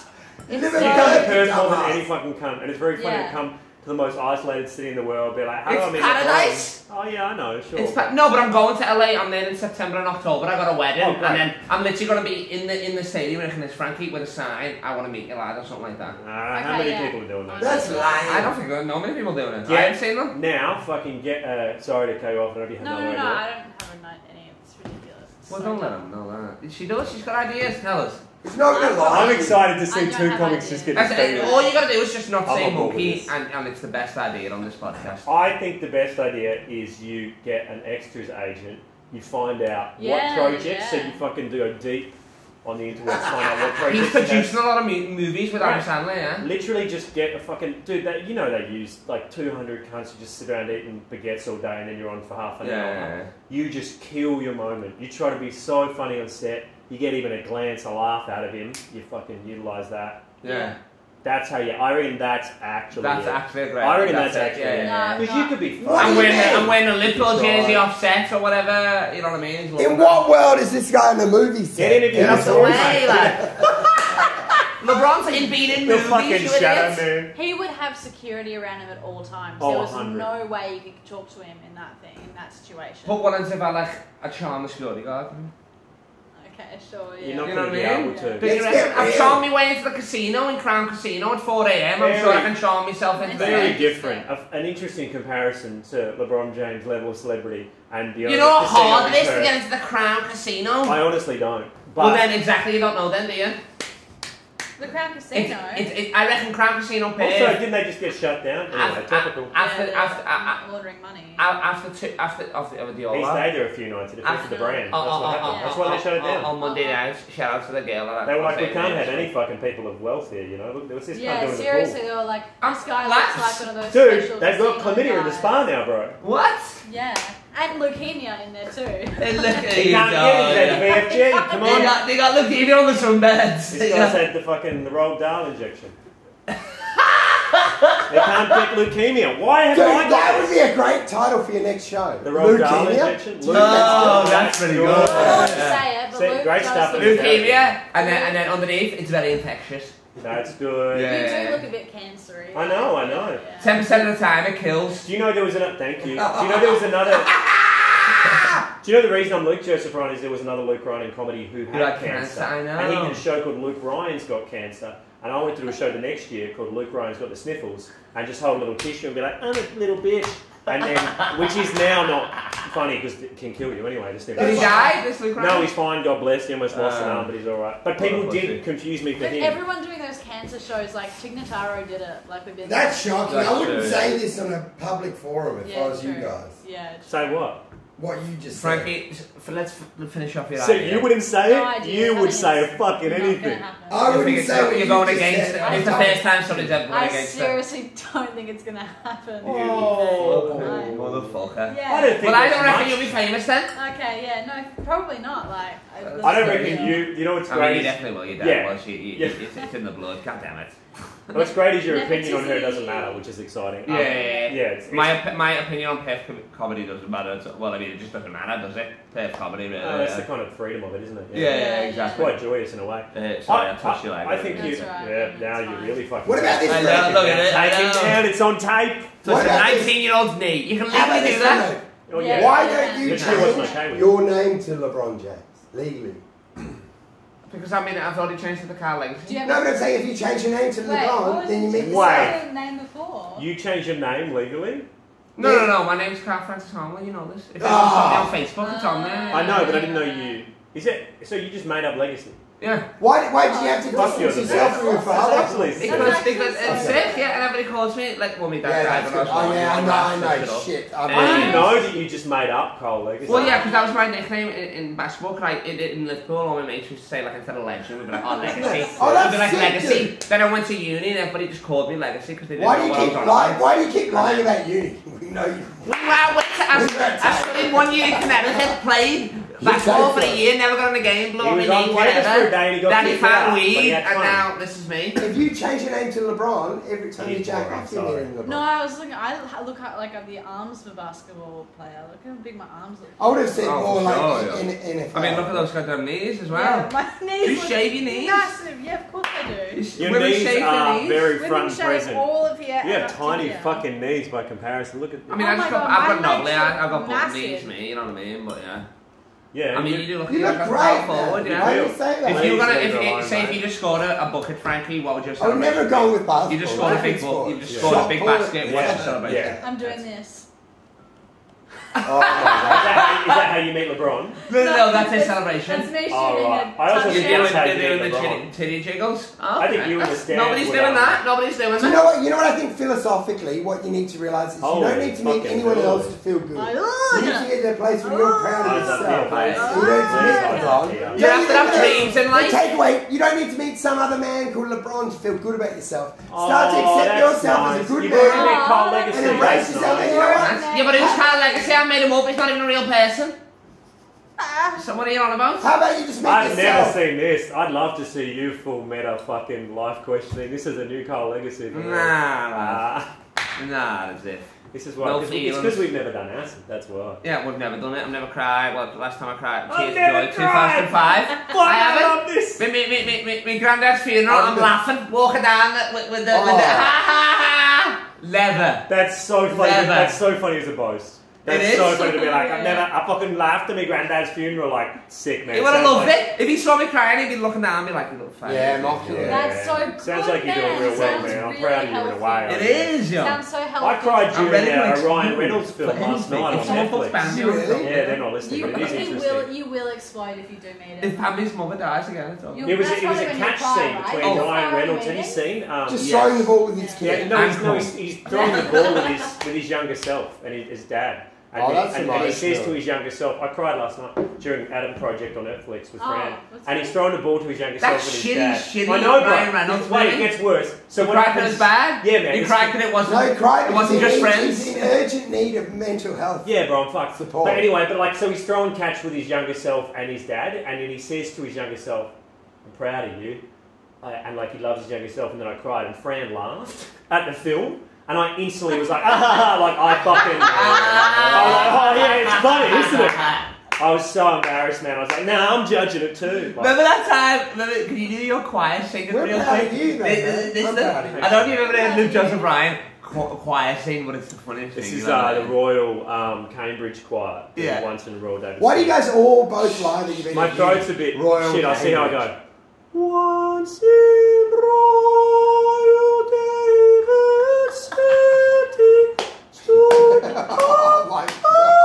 [SPEAKER 5] It's
[SPEAKER 3] Live
[SPEAKER 5] so,
[SPEAKER 3] in
[SPEAKER 4] You come to
[SPEAKER 3] Perth.
[SPEAKER 4] Perth more
[SPEAKER 3] dumbass.
[SPEAKER 4] than any fucking cunt, and it's very funny
[SPEAKER 5] Yeah.
[SPEAKER 4] to come to the most isolated city in the world. Be like, how
[SPEAKER 2] It's
[SPEAKER 4] do I meet
[SPEAKER 2] paradise.
[SPEAKER 4] LeBron? Oh yeah, I know. Sure.
[SPEAKER 2] It's pa- no, but I'm going to LA. I'm there in September and October. I got a wedding,
[SPEAKER 4] Oh, great.
[SPEAKER 2] and then I'm literally going to be in the in the stadium. I reckon there's Frankie with a sign. I want to meet you, lad, or something like that.
[SPEAKER 4] Nah, how many
[SPEAKER 5] Okay, yeah.
[SPEAKER 4] people are doing that?
[SPEAKER 3] That's lying.
[SPEAKER 2] I don't think I know many people doing it.
[SPEAKER 4] Yeah.
[SPEAKER 2] I haven't seen them.
[SPEAKER 4] Now, fucking get. Uh, sorry to cut you off. I don't know if you
[SPEAKER 5] no,
[SPEAKER 4] have
[SPEAKER 5] no,
[SPEAKER 4] no, idea.
[SPEAKER 5] no, I don't have a night any. It's ridiculous. It's
[SPEAKER 2] Well,
[SPEAKER 5] so
[SPEAKER 2] don't let
[SPEAKER 5] dumb.
[SPEAKER 2] them know that. She does. She's got ideas. Tell us.
[SPEAKER 3] It's not gonna lie.
[SPEAKER 4] I'm excited to
[SPEAKER 5] I
[SPEAKER 4] see
[SPEAKER 5] don't
[SPEAKER 4] two
[SPEAKER 5] have
[SPEAKER 4] comics
[SPEAKER 5] ideas.
[SPEAKER 4] just get
[SPEAKER 2] That's it.
[SPEAKER 4] defeated.
[SPEAKER 2] All you got to do is just not
[SPEAKER 4] I'm
[SPEAKER 2] say
[SPEAKER 4] on board with
[SPEAKER 2] monkey,
[SPEAKER 4] this.
[SPEAKER 2] and, and it's the best idea on this podcast.
[SPEAKER 4] I think the best idea is you get an extras agent. You find out
[SPEAKER 5] Yeah,
[SPEAKER 4] what projects, so
[SPEAKER 5] yeah.
[SPEAKER 4] you fucking go deep on the internet, find out what projects.
[SPEAKER 2] He's
[SPEAKER 4] you have.
[SPEAKER 2] producing a lot of mu- movies with Adam Sandler, yeah?
[SPEAKER 4] Literally, just get a fucking dude. That you know they use like two hundred cunts. You just sit around eating baguettes all day, and then you're on for half an hour. You just kill your moment. You try to be so funny on set. You get even a glance, a laugh out of him. You fucking utilize that.
[SPEAKER 2] Yeah.
[SPEAKER 4] That's how you. I reckon that's actually.
[SPEAKER 2] That's
[SPEAKER 4] it.
[SPEAKER 2] actually great.
[SPEAKER 4] I reckon that's,
[SPEAKER 2] it,
[SPEAKER 4] actually.
[SPEAKER 2] yeah, yeah, yeah.
[SPEAKER 4] Because you could be.
[SPEAKER 3] What
[SPEAKER 4] fucked.
[SPEAKER 2] I'm
[SPEAKER 3] do you
[SPEAKER 2] wearing,
[SPEAKER 3] mean?
[SPEAKER 2] I'm wearing a Liverpool
[SPEAKER 4] Sorry.
[SPEAKER 2] jersey offset or whatever, you know what I mean? He's
[SPEAKER 3] In
[SPEAKER 2] loving
[SPEAKER 3] what world is this guy in the movie set?
[SPEAKER 4] Get in if you
[SPEAKER 3] And
[SPEAKER 4] have
[SPEAKER 3] it's
[SPEAKER 4] to
[SPEAKER 3] always-
[SPEAKER 2] Hey, lad. LeBron's in beating
[SPEAKER 4] The
[SPEAKER 2] movies,
[SPEAKER 4] fucking
[SPEAKER 2] you
[SPEAKER 4] shadow
[SPEAKER 2] idiots.
[SPEAKER 4] moon.
[SPEAKER 5] He would have security around him at all times.
[SPEAKER 4] Oh,
[SPEAKER 5] there was
[SPEAKER 4] 100.
[SPEAKER 5] no way you could talk to him in that thing, in that situation.
[SPEAKER 2] Put one into about like a charm security guard.
[SPEAKER 5] Okay, sure, yeah.
[SPEAKER 4] You're not
[SPEAKER 2] You know
[SPEAKER 4] going to
[SPEAKER 2] what
[SPEAKER 4] be
[SPEAKER 2] I mean?
[SPEAKER 4] able to.
[SPEAKER 2] But you
[SPEAKER 3] Let's
[SPEAKER 2] reckon
[SPEAKER 3] get
[SPEAKER 2] I've
[SPEAKER 3] real.
[SPEAKER 2] charmed my way into the casino in Crown Casino at 4am. I'm sure I
[SPEAKER 4] Very-
[SPEAKER 2] can charm myself into
[SPEAKER 4] Very
[SPEAKER 2] it.
[SPEAKER 5] Very
[SPEAKER 4] different. A, an interesting comparison to LeBron James level of celebrity and the
[SPEAKER 2] You know how
[SPEAKER 4] the single
[SPEAKER 2] hard it is to
[SPEAKER 4] return.
[SPEAKER 2] get into the Crown Casino?
[SPEAKER 4] I honestly don't. But
[SPEAKER 2] well, then exactly, you don't know then, do you?
[SPEAKER 5] The Crown
[SPEAKER 2] It,
[SPEAKER 5] Casino.
[SPEAKER 2] it, it, I reckon Crown Casino pays.
[SPEAKER 4] also, didn't they just get shut down? Anyway,
[SPEAKER 2] Af-
[SPEAKER 4] topical.
[SPEAKER 2] a- after,
[SPEAKER 5] Yeah,
[SPEAKER 2] after,
[SPEAKER 5] they're
[SPEAKER 2] a-
[SPEAKER 5] laundering money.
[SPEAKER 2] a- after, two, after, after, after the
[SPEAKER 4] He
[SPEAKER 2] Ola.
[SPEAKER 4] stayed there a few nights. It affected the brand. That's
[SPEAKER 2] Oh, oh,
[SPEAKER 4] what
[SPEAKER 2] oh,
[SPEAKER 4] happened.
[SPEAKER 2] oh,
[SPEAKER 4] That's why
[SPEAKER 2] oh,
[SPEAKER 4] they shut it
[SPEAKER 2] oh,
[SPEAKER 4] down.
[SPEAKER 2] On Monday night, shout out to the girl. and
[SPEAKER 4] They were like, we
[SPEAKER 2] that's
[SPEAKER 4] can't
[SPEAKER 2] it.
[SPEAKER 4] have any fucking people of wealth here, you know? Look, what's this cunt
[SPEAKER 5] yeah,
[SPEAKER 4] doing in the pool?
[SPEAKER 5] seriously, they were like,
[SPEAKER 2] I'm
[SPEAKER 5] this guy
[SPEAKER 2] lax.
[SPEAKER 5] looks like one of those special
[SPEAKER 4] Dude, they've got
[SPEAKER 5] casino
[SPEAKER 4] chlamydia in the
[SPEAKER 5] guys.
[SPEAKER 4] spa now, bro.
[SPEAKER 2] What?
[SPEAKER 5] Yeah, and leukemia in there too.
[SPEAKER 2] Hey, look at
[SPEAKER 4] They
[SPEAKER 2] you,
[SPEAKER 4] can't
[SPEAKER 2] dog.
[SPEAKER 4] get it. They VFG. Come
[SPEAKER 2] They
[SPEAKER 4] on.
[SPEAKER 2] got, they got look even on the sunbeds.
[SPEAKER 4] This guy's had the fucking the Roald Dahl injection. they can't get leukemia. Why have
[SPEAKER 3] Dude,
[SPEAKER 4] I
[SPEAKER 3] that
[SPEAKER 4] got
[SPEAKER 3] would be a great title for your next show.
[SPEAKER 4] The Roald Dahl injection?
[SPEAKER 3] Dude,
[SPEAKER 4] Lou-
[SPEAKER 2] No, Oh, that's pretty good.
[SPEAKER 5] I don't want to
[SPEAKER 2] Yeah.
[SPEAKER 5] say it, but
[SPEAKER 4] See,
[SPEAKER 5] Luke
[SPEAKER 4] great
[SPEAKER 5] does
[SPEAKER 4] stuff.
[SPEAKER 5] look-
[SPEAKER 4] Luke,
[SPEAKER 2] Leukemia, and then and then underneath, it's very infectious.
[SPEAKER 4] That's good.
[SPEAKER 2] Yeah.
[SPEAKER 5] You do look a bit cancery.
[SPEAKER 4] I know, I know.
[SPEAKER 5] Yeah.
[SPEAKER 2] Ten percent of the time, it kills.
[SPEAKER 4] Do you know there was another? Thank you. Do you know there was another? Do you know the reason I'm Luke Joseph Ryan is there was another Luke Ryan in comedy who had
[SPEAKER 2] Who had
[SPEAKER 4] cancer,
[SPEAKER 2] cancer, I know.
[SPEAKER 4] and he did a show called Luke Ryan's Got Cancer, and I went to do a show the next year called Luke Ryan's Got the Sniffles, and just hold a little tissue and be like, I'm a little bitch, and then which is now not funny because it can kill you anyway. The sniffles.
[SPEAKER 2] Did he die? This Luke
[SPEAKER 4] No,
[SPEAKER 2] Ryan?
[SPEAKER 4] he's fine. God bless. He almost lost an
[SPEAKER 2] Um,
[SPEAKER 4] arm, but he's all right. But
[SPEAKER 2] what a
[SPEAKER 4] people
[SPEAKER 2] pussy.
[SPEAKER 4] did confuse me for
[SPEAKER 5] But
[SPEAKER 4] him.
[SPEAKER 5] everyone doing those cancer shows, like Tignataro did it, like we've been.
[SPEAKER 3] That's shocking.
[SPEAKER 2] That's
[SPEAKER 3] I wouldn't
[SPEAKER 2] true.
[SPEAKER 3] say this on a public forum if
[SPEAKER 5] Yeah,
[SPEAKER 3] I was you
[SPEAKER 5] true.
[SPEAKER 3] guys.
[SPEAKER 5] Yeah. true.
[SPEAKER 4] Say what?
[SPEAKER 3] What you just said.
[SPEAKER 2] Frankie, s- f- let's f- finish off your
[SPEAKER 4] So
[SPEAKER 2] idea.
[SPEAKER 4] you wouldn't say
[SPEAKER 5] No
[SPEAKER 4] it.
[SPEAKER 5] idea.
[SPEAKER 4] You would
[SPEAKER 5] Something
[SPEAKER 4] say fucking
[SPEAKER 5] is not gonna
[SPEAKER 4] anything.
[SPEAKER 5] happen.
[SPEAKER 3] I
[SPEAKER 2] You
[SPEAKER 3] wouldn't
[SPEAKER 2] think
[SPEAKER 3] say
[SPEAKER 2] it's-
[SPEAKER 3] what
[SPEAKER 2] you're
[SPEAKER 3] you
[SPEAKER 2] going
[SPEAKER 3] just
[SPEAKER 2] against.
[SPEAKER 3] said.
[SPEAKER 2] It's the
[SPEAKER 3] I'm-
[SPEAKER 2] first time somebody's ever gone
[SPEAKER 5] I
[SPEAKER 2] against it.
[SPEAKER 5] seriously don't think it's gonna happen.
[SPEAKER 4] Oh.
[SPEAKER 2] motherfucker.
[SPEAKER 5] Yeah.
[SPEAKER 4] I don't think.
[SPEAKER 2] Well, I
[SPEAKER 4] there's
[SPEAKER 2] don't reckon
[SPEAKER 4] much-
[SPEAKER 2] you'll be famous then.
[SPEAKER 5] Okay, yeah, no, probably not. Like,
[SPEAKER 4] I don't
[SPEAKER 2] Yeah.
[SPEAKER 4] reckon you. You know what's
[SPEAKER 2] I mean,
[SPEAKER 4] great?
[SPEAKER 2] you
[SPEAKER 4] Is,
[SPEAKER 2] definitely will. You
[SPEAKER 4] Yeah.
[SPEAKER 2] don't. Once you, you,
[SPEAKER 4] Yeah.
[SPEAKER 2] it's, it's in the blood. God damn it.
[SPEAKER 4] what's great is your opinion on her
[SPEAKER 5] Nepotism.
[SPEAKER 4] doesn't matter, which is exciting. Um,
[SPEAKER 2] Yeah, yeah, yeah.
[SPEAKER 4] yeah. It's, it's,
[SPEAKER 2] My op- my opinion on Perth com- comedy doesn't matter. It's, well, I mean, it just doesn't matter, does it? Perth comedy, really.
[SPEAKER 3] Oh,
[SPEAKER 4] uh, that's
[SPEAKER 2] yeah.
[SPEAKER 4] the kind of freedom of it, isn't it?
[SPEAKER 2] yeah, yeah,
[SPEAKER 5] Yeah,
[SPEAKER 4] It's
[SPEAKER 2] exactly.
[SPEAKER 4] quite joyous in a way.
[SPEAKER 2] Uh, sorry, I touched your
[SPEAKER 4] I
[SPEAKER 2] language.
[SPEAKER 4] think you.
[SPEAKER 5] That's right.
[SPEAKER 4] Yeah. Now
[SPEAKER 5] That's
[SPEAKER 4] you
[SPEAKER 5] fine.
[SPEAKER 4] really fucking.
[SPEAKER 3] What about this
[SPEAKER 2] I know,
[SPEAKER 3] record?
[SPEAKER 2] look at it. I
[SPEAKER 4] Take it
[SPEAKER 2] know.
[SPEAKER 4] down. It's on tape.
[SPEAKER 2] So it's
[SPEAKER 3] What
[SPEAKER 2] a
[SPEAKER 3] about this-
[SPEAKER 2] 19 year old's knee. You can
[SPEAKER 3] How about
[SPEAKER 2] legally
[SPEAKER 3] this
[SPEAKER 2] do that.
[SPEAKER 3] record?
[SPEAKER 4] Oh
[SPEAKER 5] Yeah.
[SPEAKER 4] yeah.
[SPEAKER 3] Why don't you
[SPEAKER 4] Which she wasn't
[SPEAKER 3] change
[SPEAKER 4] okay with.
[SPEAKER 3] your name to LeBron James legally?
[SPEAKER 2] Because I mean, I've already changed the car legs.
[SPEAKER 5] Do you have
[SPEAKER 3] No, but I'm saying if you change your name to
[SPEAKER 5] Wait, what
[SPEAKER 3] LeBron,
[SPEAKER 5] was
[SPEAKER 3] then you meet
[SPEAKER 5] the
[SPEAKER 3] the
[SPEAKER 4] Why?
[SPEAKER 3] same.
[SPEAKER 5] second name before?
[SPEAKER 4] You change your name legally.
[SPEAKER 2] No, no, no. My name's Carl Francis Harmon. You know this. If you
[SPEAKER 3] Ah.
[SPEAKER 2] want something on Facebook, it's on there.
[SPEAKER 4] I know, but I didn't know you. Is it? So you just made up legacy?
[SPEAKER 2] Yeah.
[SPEAKER 3] Why, why did you have to
[SPEAKER 4] Fuck you,
[SPEAKER 3] distance yourself from your
[SPEAKER 4] that's
[SPEAKER 3] father?
[SPEAKER 4] absolutely
[SPEAKER 5] That's
[SPEAKER 2] Because,
[SPEAKER 4] sick.
[SPEAKER 5] actually
[SPEAKER 2] because it's
[SPEAKER 3] sick.
[SPEAKER 2] sick, yeah, and everybody calls me, like, well, my dad
[SPEAKER 3] Yeah,
[SPEAKER 2] died when I
[SPEAKER 3] that's good.
[SPEAKER 2] was
[SPEAKER 3] Oh,
[SPEAKER 2] born,
[SPEAKER 3] yeah,
[SPEAKER 2] and
[SPEAKER 3] I know,
[SPEAKER 2] that's
[SPEAKER 3] I know.
[SPEAKER 2] just it all.
[SPEAKER 3] Shit.
[SPEAKER 4] I didn't
[SPEAKER 2] Um,
[SPEAKER 4] know that you just made up Cole Legacy.
[SPEAKER 2] Well, yeah, because that was my nickname in, in basketball. 'cause I in, in Liverpool, all my mates used to say like instead of legend, we'd be like, oh legacy.
[SPEAKER 3] Oh, that's
[SPEAKER 2] we'd be like
[SPEAKER 3] sick,
[SPEAKER 2] legacy.
[SPEAKER 3] dude.
[SPEAKER 2] Then I went to uni and everybody just called me legacy because they didn't
[SPEAKER 3] Why do
[SPEAKER 2] know
[SPEAKER 3] you
[SPEAKER 2] what I
[SPEAKER 3] keep
[SPEAKER 2] was on
[SPEAKER 3] lying?
[SPEAKER 2] about.
[SPEAKER 3] Why do you keep lying about uni? We know you.
[SPEAKER 2] Well, I went to, I, I studied one year in Connecticut, played basketball for a year, never got in a game, blew
[SPEAKER 4] He
[SPEAKER 2] on my
[SPEAKER 4] was on
[SPEAKER 2] knee,
[SPEAKER 4] campus for a
[SPEAKER 2] whatever.
[SPEAKER 4] day and he got
[SPEAKER 2] Then he
[SPEAKER 4] kicked out,
[SPEAKER 2] found
[SPEAKER 4] but he
[SPEAKER 2] weed,
[SPEAKER 4] had
[SPEAKER 2] and
[SPEAKER 4] fun.
[SPEAKER 2] now this is me.
[SPEAKER 3] If you change your name to LeBron every time
[SPEAKER 4] He's
[SPEAKER 3] you jack
[SPEAKER 4] boring,
[SPEAKER 3] off, you're meeting LeBron.
[SPEAKER 5] No, I was looking. I look at like at the arms of a basketball player. Look how big my arms look.
[SPEAKER 3] I would have said
[SPEAKER 2] Oh,
[SPEAKER 3] more
[SPEAKER 2] for
[SPEAKER 3] like
[SPEAKER 2] sure,
[SPEAKER 3] in, in NFL.
[SPEAKER 2] I mean, look at those goddamn knees as
[SPEAKER 5] Yeah,
[SPEAKER 2] well.
[SPEAKER 5] my knees.
[SPEAKER 2] Do you
[SPEAKER 5] look
[SPEAKER 2] shave your knees?
[SPEAKER 5] Massive. Yeah, of course I do.
[SPEAKER 4] Your
[SPEAKER 2] Women
[SPEAKER 4] knees
[SPEAKER 2] shave their
[SPEAKER 4] are
[SPEAKER 2] knees?
[SPEAKER 4] very
[SPEAKER 5] Women
[SPEAKER 4] front and
[SPEAKER 5] shave
[SPEAKER 4] present.
[SPEAKER 5] all of here.
[SPEAKER 4] You have tiny fucking knees by comparison. Look at.
[SPEAKER 2] I mean,
[SPEAKER 5] Oh
[SPEAKER 2] I
[SPEAKER 5] my
[SPEAKER 2] just got,
[SPEAKER 5] God,
[SPEAKER 2] I've got
[SPEAKER 5] my
[SPEAKER 2] knobbly,
[SPEAKER 5] legs
[SPEAKER 2] I- I've
[SPEAKER 5] look
[SPEAKER 2] got bottom knees,
[SPEAKER 5] massive.
[SPEAKER 2] me, you know what I mean? But yeah.
[SPEAKER 4] yeah.
[SPEAKER 2] I mean, you do look
[SPEAKER 3] you look
[SPEAKER 2] like
[SPEAKER 3] great.
[SPEAKER 2] a power
[SPEAKER 3] Man.
[SPEAKER 2] forward,
[SPEAKER 3] you
[SPEAKER 2] yeah.
[SPEAKER 3] Why do you say that?
[SPEAKER 2] If you were gonna,
[SPEAKER 4] Please,
[SPEAKER 2] if,
[SPEAKER 4] leave
[SPEAKER 2] if,
[SPEAKER 4] it
[SPEAKER 2] say if
[SPEAKER 4] alone,
[SPEAKER 2] you just scored a, a bucket, Frankie, what would your
[SPEAKER 3] I would
[SPEAKER 2] celebration?
[SPEAKER 3] never go with basketball.
[SPEAKER 2] You just scored a
[SPEAKER 3] Nothing
[SPEAKER 2] big ball. You just
[SPEAKER 4] Yeah.
[SPEAKER 2] scored
[SPEAKER 3] Shot
[SPEAKER 2] a big
[SPEAKER 3] put.
[SPEAKER 2] basket. What's
[SPEAKER 4] Yeah.
[SPEAKER 2] your celebration?
[SPEAKER 4] Yeah.
[SPEAKER 5] I'm doing this.
[SPEAKER 3] Oh, my
[SPEAKER 4] Is that, is that how you meet LeBron?
[SPEAKER 2] No, no, no, that's his celebration.
[SPEAKER 5] That's me shooting
[SPEAKER 4] Oh, right.
[SPEAKER 5] a
[SPEAKER 4] I also
[SPEAKER 2] You're
[SPEAKER 4] think that's
[SPEAKER 2] doing,
[SPEAKER 5] touchdown.
[SPEAKER 4] how
[SPEAKER 2] you're
[SPEAKER 4] you
[SPEAKER 2] doing
[SPEAKER 4] meet
[SPEAKER 2] the
[SPEAKER 4] LeBron.
[SPEAKER 2] titty, titty jiggles. Oh,
[SPEAKER 4] I think
[SPEAKER 2] okay.
[SPEAKER 4] you
[SPEAKER 2] That's-
[SPEAKER 4] understand
[SPEAKER 2] Nobody's
[SPEAKER 4] without-
[SPEAKER 2] doing that. Nobody's doing
[SPEAKER 3] Do you
[SPEAKER 2] that.
[SPEAKER 3] know what? You know what I think philosophically, what you need to realize is you
[SPEAKER 4] Holy
[SPEAKER 2] Oh,
[SPEAKER 3] don't need to meet
[SPEAKER 4] fucking
[SPEAKER 3] anyone
[SPEAKER 4] hell.
[SPEAKER 3] else to feel good.
[SPEAKER 5] I-
[SPEAKER 3] You need to get to a place where you're proud
[SPEAKER 4] Oh,
[SPEAKER 3] of
[SPEAKER 4] it's up to your
[SPEAKER 3] yourself.
[SPEAKER 4] face.
[SPEAKER 3] You don't need to meet
[SPEAKER 5] Yeah.
[SPEAKER 3] LeBron.
[SPEAKER 2] You have to have
[SPEAKER 3] Don't you
[SPEAKER 2] dreams in life.
[SPEAKER 3] The takeaway: you don't need to meet some other man called LeBron to feel good about yourself. Start
[SPEAKER 4] Oh,
[SPEAKER 3] to accept
[SPEAKER 4] that's
[SPEAKER 3] yourself
[SPEAKER 4] nice.
[SPEAKER 3] as a good
[SPEAKER 4] You've already
[SPEAKER 3] man.
[SPEAKER 4] met Cole
[SPEAKER 5] Oh,
[SPEAKER 4] Legacy.
[SPEAKER 3] and embrace
[SPEAKER 4] That's
[SPEAKER 3] yourself.
[SPEAKER 4] nice.
[SPEAKER 3] You know what?
[SPEAKER 2] Yeah, but it was kind of like, see, I made him up. He's not even a real person. Someone here on about?
[SPEAKER 3] How about you just make
[SPEAKER 4] I've never
[SPEAKER 3] yourself?
[SPEAKER 4] seen this. I'd love to see you full meta fucking life questioning. This is a new Kyle Legacy. for
[SPEAKER 2] Nah,
[SPEAKER 4] me.
[SPEAKER 2] nah,
[SPEAKER 4] Ah,
[SPEAKER 2] nah, that's it.
[SPEAKER 4] this is why.
[SPEAKER 2] No
[SPEAKER 4] 'cause we- it's
[SPEAKER 2] feelings.
[SPEAKER 4] because we've never done acid. That's why.
[SPEAKER 2] Yeah, we've never done it. I've never cried. Well, the last time I cried,
[SPEAKER 4] I've
[SPEAKER 2] Tears
[SPEAKER 4] never
[SPEAKER 2] of Joy, 2005. I haven't.
[SPEAKER 4] this.
[SPEAKER 2] Me, me, me, me, me, me granddad's funeral, I'm
[SPEAKER 3] Oh.
[SPEAKER 2] laughing, walking down the, with, with the, with the,
[SPEAKER 3] Oh.
[SPEAKER 2] ha ha ha, leather.
[SPEAKER 4] That's so funny.
[SPEAKER 2] Never.
[SPEAKER 4] That's so funny as a boast. That's
[SPEAKER 2] is.
[SPEAKER 4] so funny to be like, I've
[SPEAKER 5] Yeah.
[SPEAKER 4] never, I fucking laughed at my granddad's funeral, like, sick man.
[SPEAKER 2] He would have
[SPEAKER 4] Sounds
[SPEAKER 2] loved
[SPEAKER 4] like-
[SPEAKER 2] it. If he saw me crying, he'd be looking down and be like, you little fag.
[SPEAKER 3] Yeah, mock it.
[SPEAKER 4] Yeah.
[SPEAKER 5] That's so good.
[SPEAKER 4] Sounds like you're doing
[SPEAKER 5] man.
[SPEAKER 4] real well,
[SPEAKER 5] Sounds
[SPEAKER 4] man. I'm
[SPEAKER 5] really
[SPEAKER 4] proud of you in a
[SPEAKER 5] healthy.
[SPEAKER 4] way.
[SPEAKER 2] It is, yo.
[SPEAKER 5] Sounds so healthy.
[SPEAKER 4] I cried
[SPEAKER 2] I'm
[SPEAKER 4] during
[SPEAKER 2] ready to
[SPEAKER 4] a Ryan
[SPEAKER 2] explode
[SPEAKER 4] Reynolds
[SPEAKER 2] for
[SPEAKER 4] film last
[SPEAKER 2] anything.
[SPEAKER 4] night
[SPEAKER 2] If
[SPEAKER 4] on
[SPEAKER 2] someone puts
[SPEAKER 4] Netflix.
[SPEAKER 2] Bambi on
[SPEAKER 3] Really?
[SPEAKER 2] something-
[SPEAKER 4] Yeah, they're not listening,
[SPEAKER 5] You,
[SPEAKER 4] but it is
[SPEAKER 5] you
[SPEAKER 4] interesting.
[SPEAKER 5] will, you will explode if you do meet it.
[SPEAKER 2] If Bambi's mother dies again, it's all.
[SPEAKER 5] You-
[SPEAKER 4] It was a,
[SPEAKER 5] That's
[SPEAKER 4] it was a
[SPEAKER 5] probably when you
[SPEAKER 4] catch
[SPEAKER 5] cry,
[SPEAKER 4] scene
[SPEAKER 5] right?
[SPEAKER 4] between
[SPEAKER 2] Oh.
[SPEAKER 4] Ryan
[SPEAKER 5] Cry
[SPEAKER 4] Reynolds. Have
[SPEAKER 5] when
[SPEAKER 4] you
[SPEAKER 5] you
[SPEAKER 4] seen? Um,
[SPEAKER 3] Just
[SPEAKER 2] Yes.
[SPEAKER 3] throwing the ball with his
[SPEAKER 4] yeah,
[SPEAKER 3] kid.
[SPEAKER 4] no, he's,
[SPEAKER 2] And
[SPEAKER 4] no,
[SPEAKER 2] Crawl.
[SPEAKER 4] he's, he's throwing the ball with his with his younger self and his, his dad. And,
[SPEAKER 3] Oh,
[SPEAKER 4] he-
[SPEAKER 3] that's
[SPEAKER 4] and,
[SPEAKER 3] a
[SPEAKER 4] and he
[SPEAKER 3] nice
[SPEAKER 4] says to
[SPEAKER 3] film.
[SPEAKER 4] his younger self, "I cried last night during Adam Project on Netflix with
[SPEAKER 5] Oh,
[SPEAKER 4] Fran."
[SPEAKER 5] that's
[SPEAKER 4] And he's
[SPEAKER 5] good.
[SPEAKER 4] throwing the ball to his younger
[SPEAKER 2] That's
[SPEAKER 4] self and
[SPEAKER 2] shitty,
[SPEAKER 4] his dad.
[SPEAKER 2] shitty
[SPEAKER 4] I know, but
[SPEAKER 2] Ryan Reynolds,
[SPEAKER 4] wait, it
[SPEAKER 2] man.
[SPEAKER 4] gets worse. So
[SPEAKER 2] You
[SPEAKER 4] what
[SPEAKER 2] cried 'cause
[SPEAKER 4] happens?
[SPEAKER 2] it's bad?
[SPEAKER 4] Yeah, man.
[SPEAKER 2] You
[SPEAKER 4] it's-
[SPEAKER 2] cried 'cause it wasn't.
[SPEAKER 3] No, cry.
[SPEAKER 2] It wasn't just friends.
[SPEAKER 3] He's in urgent need of mental health.
[SPEAKER 4] Yeah, bro, I'm fucked.
[SPEAKER 3] Support.
[SPEAKER 4] But anyway, but like, so he's throwing catch with his younger self and his dad, and then he says to his younger self, "I'm proud of you," uh, and like he loves his younger self, and then I cried, and Fran laughed at the film, and I instantly was like, ah, ha, ha," like I fucking, I was like, oh yeah, it's funny, isn't it? I was so embarrassed, man. I was like, no, I'm judging it too. Like,
[SPEAKER 2] Remember that time? Remember, can you do your choir singing
[SPEAKER 3] We're
[SPEAKER 2] real
[SPEAKER 3] proud
[SPEAKER 2] quick?
[SPEAKER 3] of you, man.
[SPEAKER 2] This- this-
[SPEAKER 3] We're
[SPEAKER 2] this-
[SPEAKER 3] proud of you.
[SPEAKER 2] I don't even remember Luke
[SPEAKER 5] Proud of
[SPEAKER 2] Joseph
[SPEAKER 5] you.
[SPEAKER 2] Ryan cho- choir singing, but it's the funniest
[SPEAKER 4] this
[SPEAKER 2] thing.
[SPEAKER 4] is
[SPEAKER 2] you'll ever
[SPEAKER 4] uh, the
[SPEAKER 2] hear.
[SPEAKER 4] Royal um, Cambridge Choir. the
[SPEAKER 2] Yeah.
[SPEAKER 4] Once in the Royal David.
[SPEAKER 3] Why do you guys all both lie that you've been
[SPEAKER 4] My
[SPEAKER 3] at
[SPEAKER 4] throat's a
[SPEAKER 3] uni?
[SPEAKER 4] bit
[SPEAKER 3] Royal
[SPEAKER 4] shit. I see how I
[SPEAKER 3] Cambridge.
[SPEAKER 4] go. Once in Royal David's city stood
[SPEAKER 3] Oh my god.
[SPEAKER 4] Oh,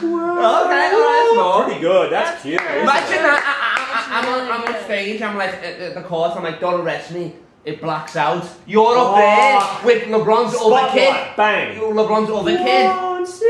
[SPEAKER 2] Okay, alright, more.
[SPEAKER 4] Pretty good. That's
[SPEAKER 5] That's
[SPEAKER 4] cute.
[SPEAKER 5] good.
[SPEAKER 4] isn't
[SPEAKER 5] Imagine
[SPEAKER 4] it?
[SPEAKER 2] Imagine that. I, I, I, I'm,
[SPEAKER 5] It's
[SPEAKER 2] on, I'm
[SPEAKER 5] really
[SPEAKER 2] on
[SPEAKER 5] good.
[SPEAKER 2] stage, I'm like at at the court, I'm like, don't arrest me. It blacks out. You're up
[SPEAKER 4] Oh.
[SPEAKER 2] there with LeBron's other kid.
[SPEAKER 4] Spotlight, Bang.
[SPEAKER 2] You LeBron's other kid.
[SPEAKER 4] Once in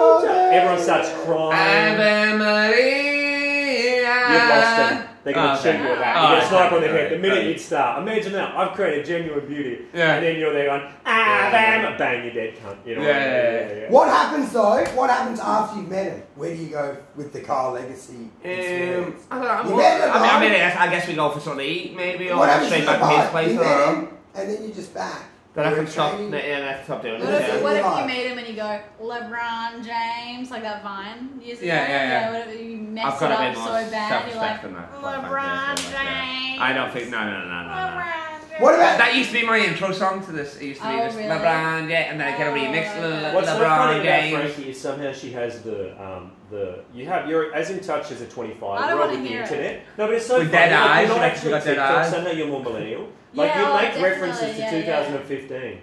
[SPEAKER 4] Royal David's- Everyone starts crying.
[SPEAKER 2] Ave Maria.
[SPEAKER 4] Oh. You've lost
[SPEAKER 5] Uh,
[SPEAKER 4] them. They're going to
[SPEAKER 2] Okay.
[SPEAKER 4] shoot you with that.
[SPEAKER 2] Oh,
[SPEAKER 4] you get a
[SPEAKER 2] okay.
[SPEAKER 4] sniper on the head.
[SPEAKER 2] Alright,
[SPEAKER 4] The minute
[SPEAKER 2] alright.
[SPEAKER 4] you'd start, imagine that. I've created genuine beauty.
[SPEAKER 2] Yeah.
[SPEAKER 4] And then you're there going, ah, bam, bang, you're dead, cunt. You know what I mean?
[SPEAKER 2] Yeah, yeah, yeah.
[SPEAKER 3] What happens though? What happens after you've met him? Where do you go with the Carl legacy?
[SPEAKER 2] Um,
[SPEAKER 3] experience?
[SPEAKER 2] I don't know. I'm
[SPEAKER 3] You
[SPEAKER 2] all-
[SPEAKER 3] met the
[SPEAKER 2] I mean, I
[SPEAKER 3] guy?
[SPEAKER 2] mean, I guess- I guess we go for something to eat, maybe, or
[SPEAKER 3] what happens to
[SPEAKER 2] straight
[SPEAKER 3] the
[SPEAKER 2] back to his
[SPEAKER 3] vibe?
[SPEAKER 2] place.
[SPEAKER 3] You
[SPEAKER 2] I don't
[SPEAKER 3] met
[SPEAKER 2] know.
[SPEAKER 3] him, and then you're just back.
[SPEAKER 2] Then I
[SPEAKER 3] You're
[SPEAKER 2] can stop.
[SPEAKER 3] training.
[SPEAKER 2] Yeah, I have to stop doing it.
[SPEAKER 5] What if,
[SPEAKER 2] yeah.
[SPEAKER 5] what if
[SPEAKER 3] Yeah.
[SPEAKER 5] you meet him and you go LeBron James like that Vine years ago?
[SPEAKER 2] Yeah, yeah, yeah.
[SPEAKER 5] what if you
[SPEAKER 2] I've
[SPEAKER 5] mess
[SPEAKER 2] got
[SPEAKER 5] it
[SPEAKER 2] a
[SPEAKER 5] up
[SPEAKER 2] bit more
[SPEAKER 5] so bad? You're
[SPEAKER 2] self-respect
[SPEAKER 5] like "Oh,
[SPEAKER 2] than that.
[SPEAKER 5] LeBron James.
[SPEAKER 2] I don't think. No, no, no, no, no. no.
[SPEAKER 5] LeBron James.
[SPEAKER 3] What about
[SPEAKER 2] That used to be my intro song to this. It used to be
[SPEAKER 5] Oh,
[SPEAKER 2] this
[SPEAKER 5] really?
[SPEAKER 2] LeBron, yeah, and then I get a
[SPEAKER 5] Oh,
[SPEAKER 2] remix.
[SPEAKER 5] okay.
[SPEAKER 2] Le-
[SPEAKER 4] What's so funny
[SPEAKER 2] LeBron
[SPEAKER 4] about
[SPEAKER 2] James.
[SPEAKER 4] Frankie is somehow she has the um, the you have you're as in touch as a 25
[SPEAKER 5] I
[SPEAKER 4] year
[SPEAKER 5] don't
[SPEAKER 4] old
[SPEAKER 5] wanna
[SPEAKER 4] with the
[SPEAKER 5] hear it.
[SPEAKER 4] internet. No, but it's so
[SPEAKER 2] With
[SPEAKER 4] funny.
[SPEAKER 2] dead
[SPEAKER 4] like,
[SPEAKER 2] eyes,
[SPEAKER 4] you're
[SPEAKER 2] you
[SPEAKER 4] not
[SPEAKER 2] know,
[SPEAKER 4] actually
[SPEAKER 2] she's got dead
[SPEAKER 4] TikTok, so
[SPEAKER 2] eyes.
[SPEAKER 4] I know you're more millennial. Like
[SPEAKER 5] Yeah,
[SPEAKER 4] you
[SPEAKER 5] oh,
[SPEAKER 4] make references to
[SPEAKER 5] definitely, yeah, yeah.
[SPEAKER 4] 2015.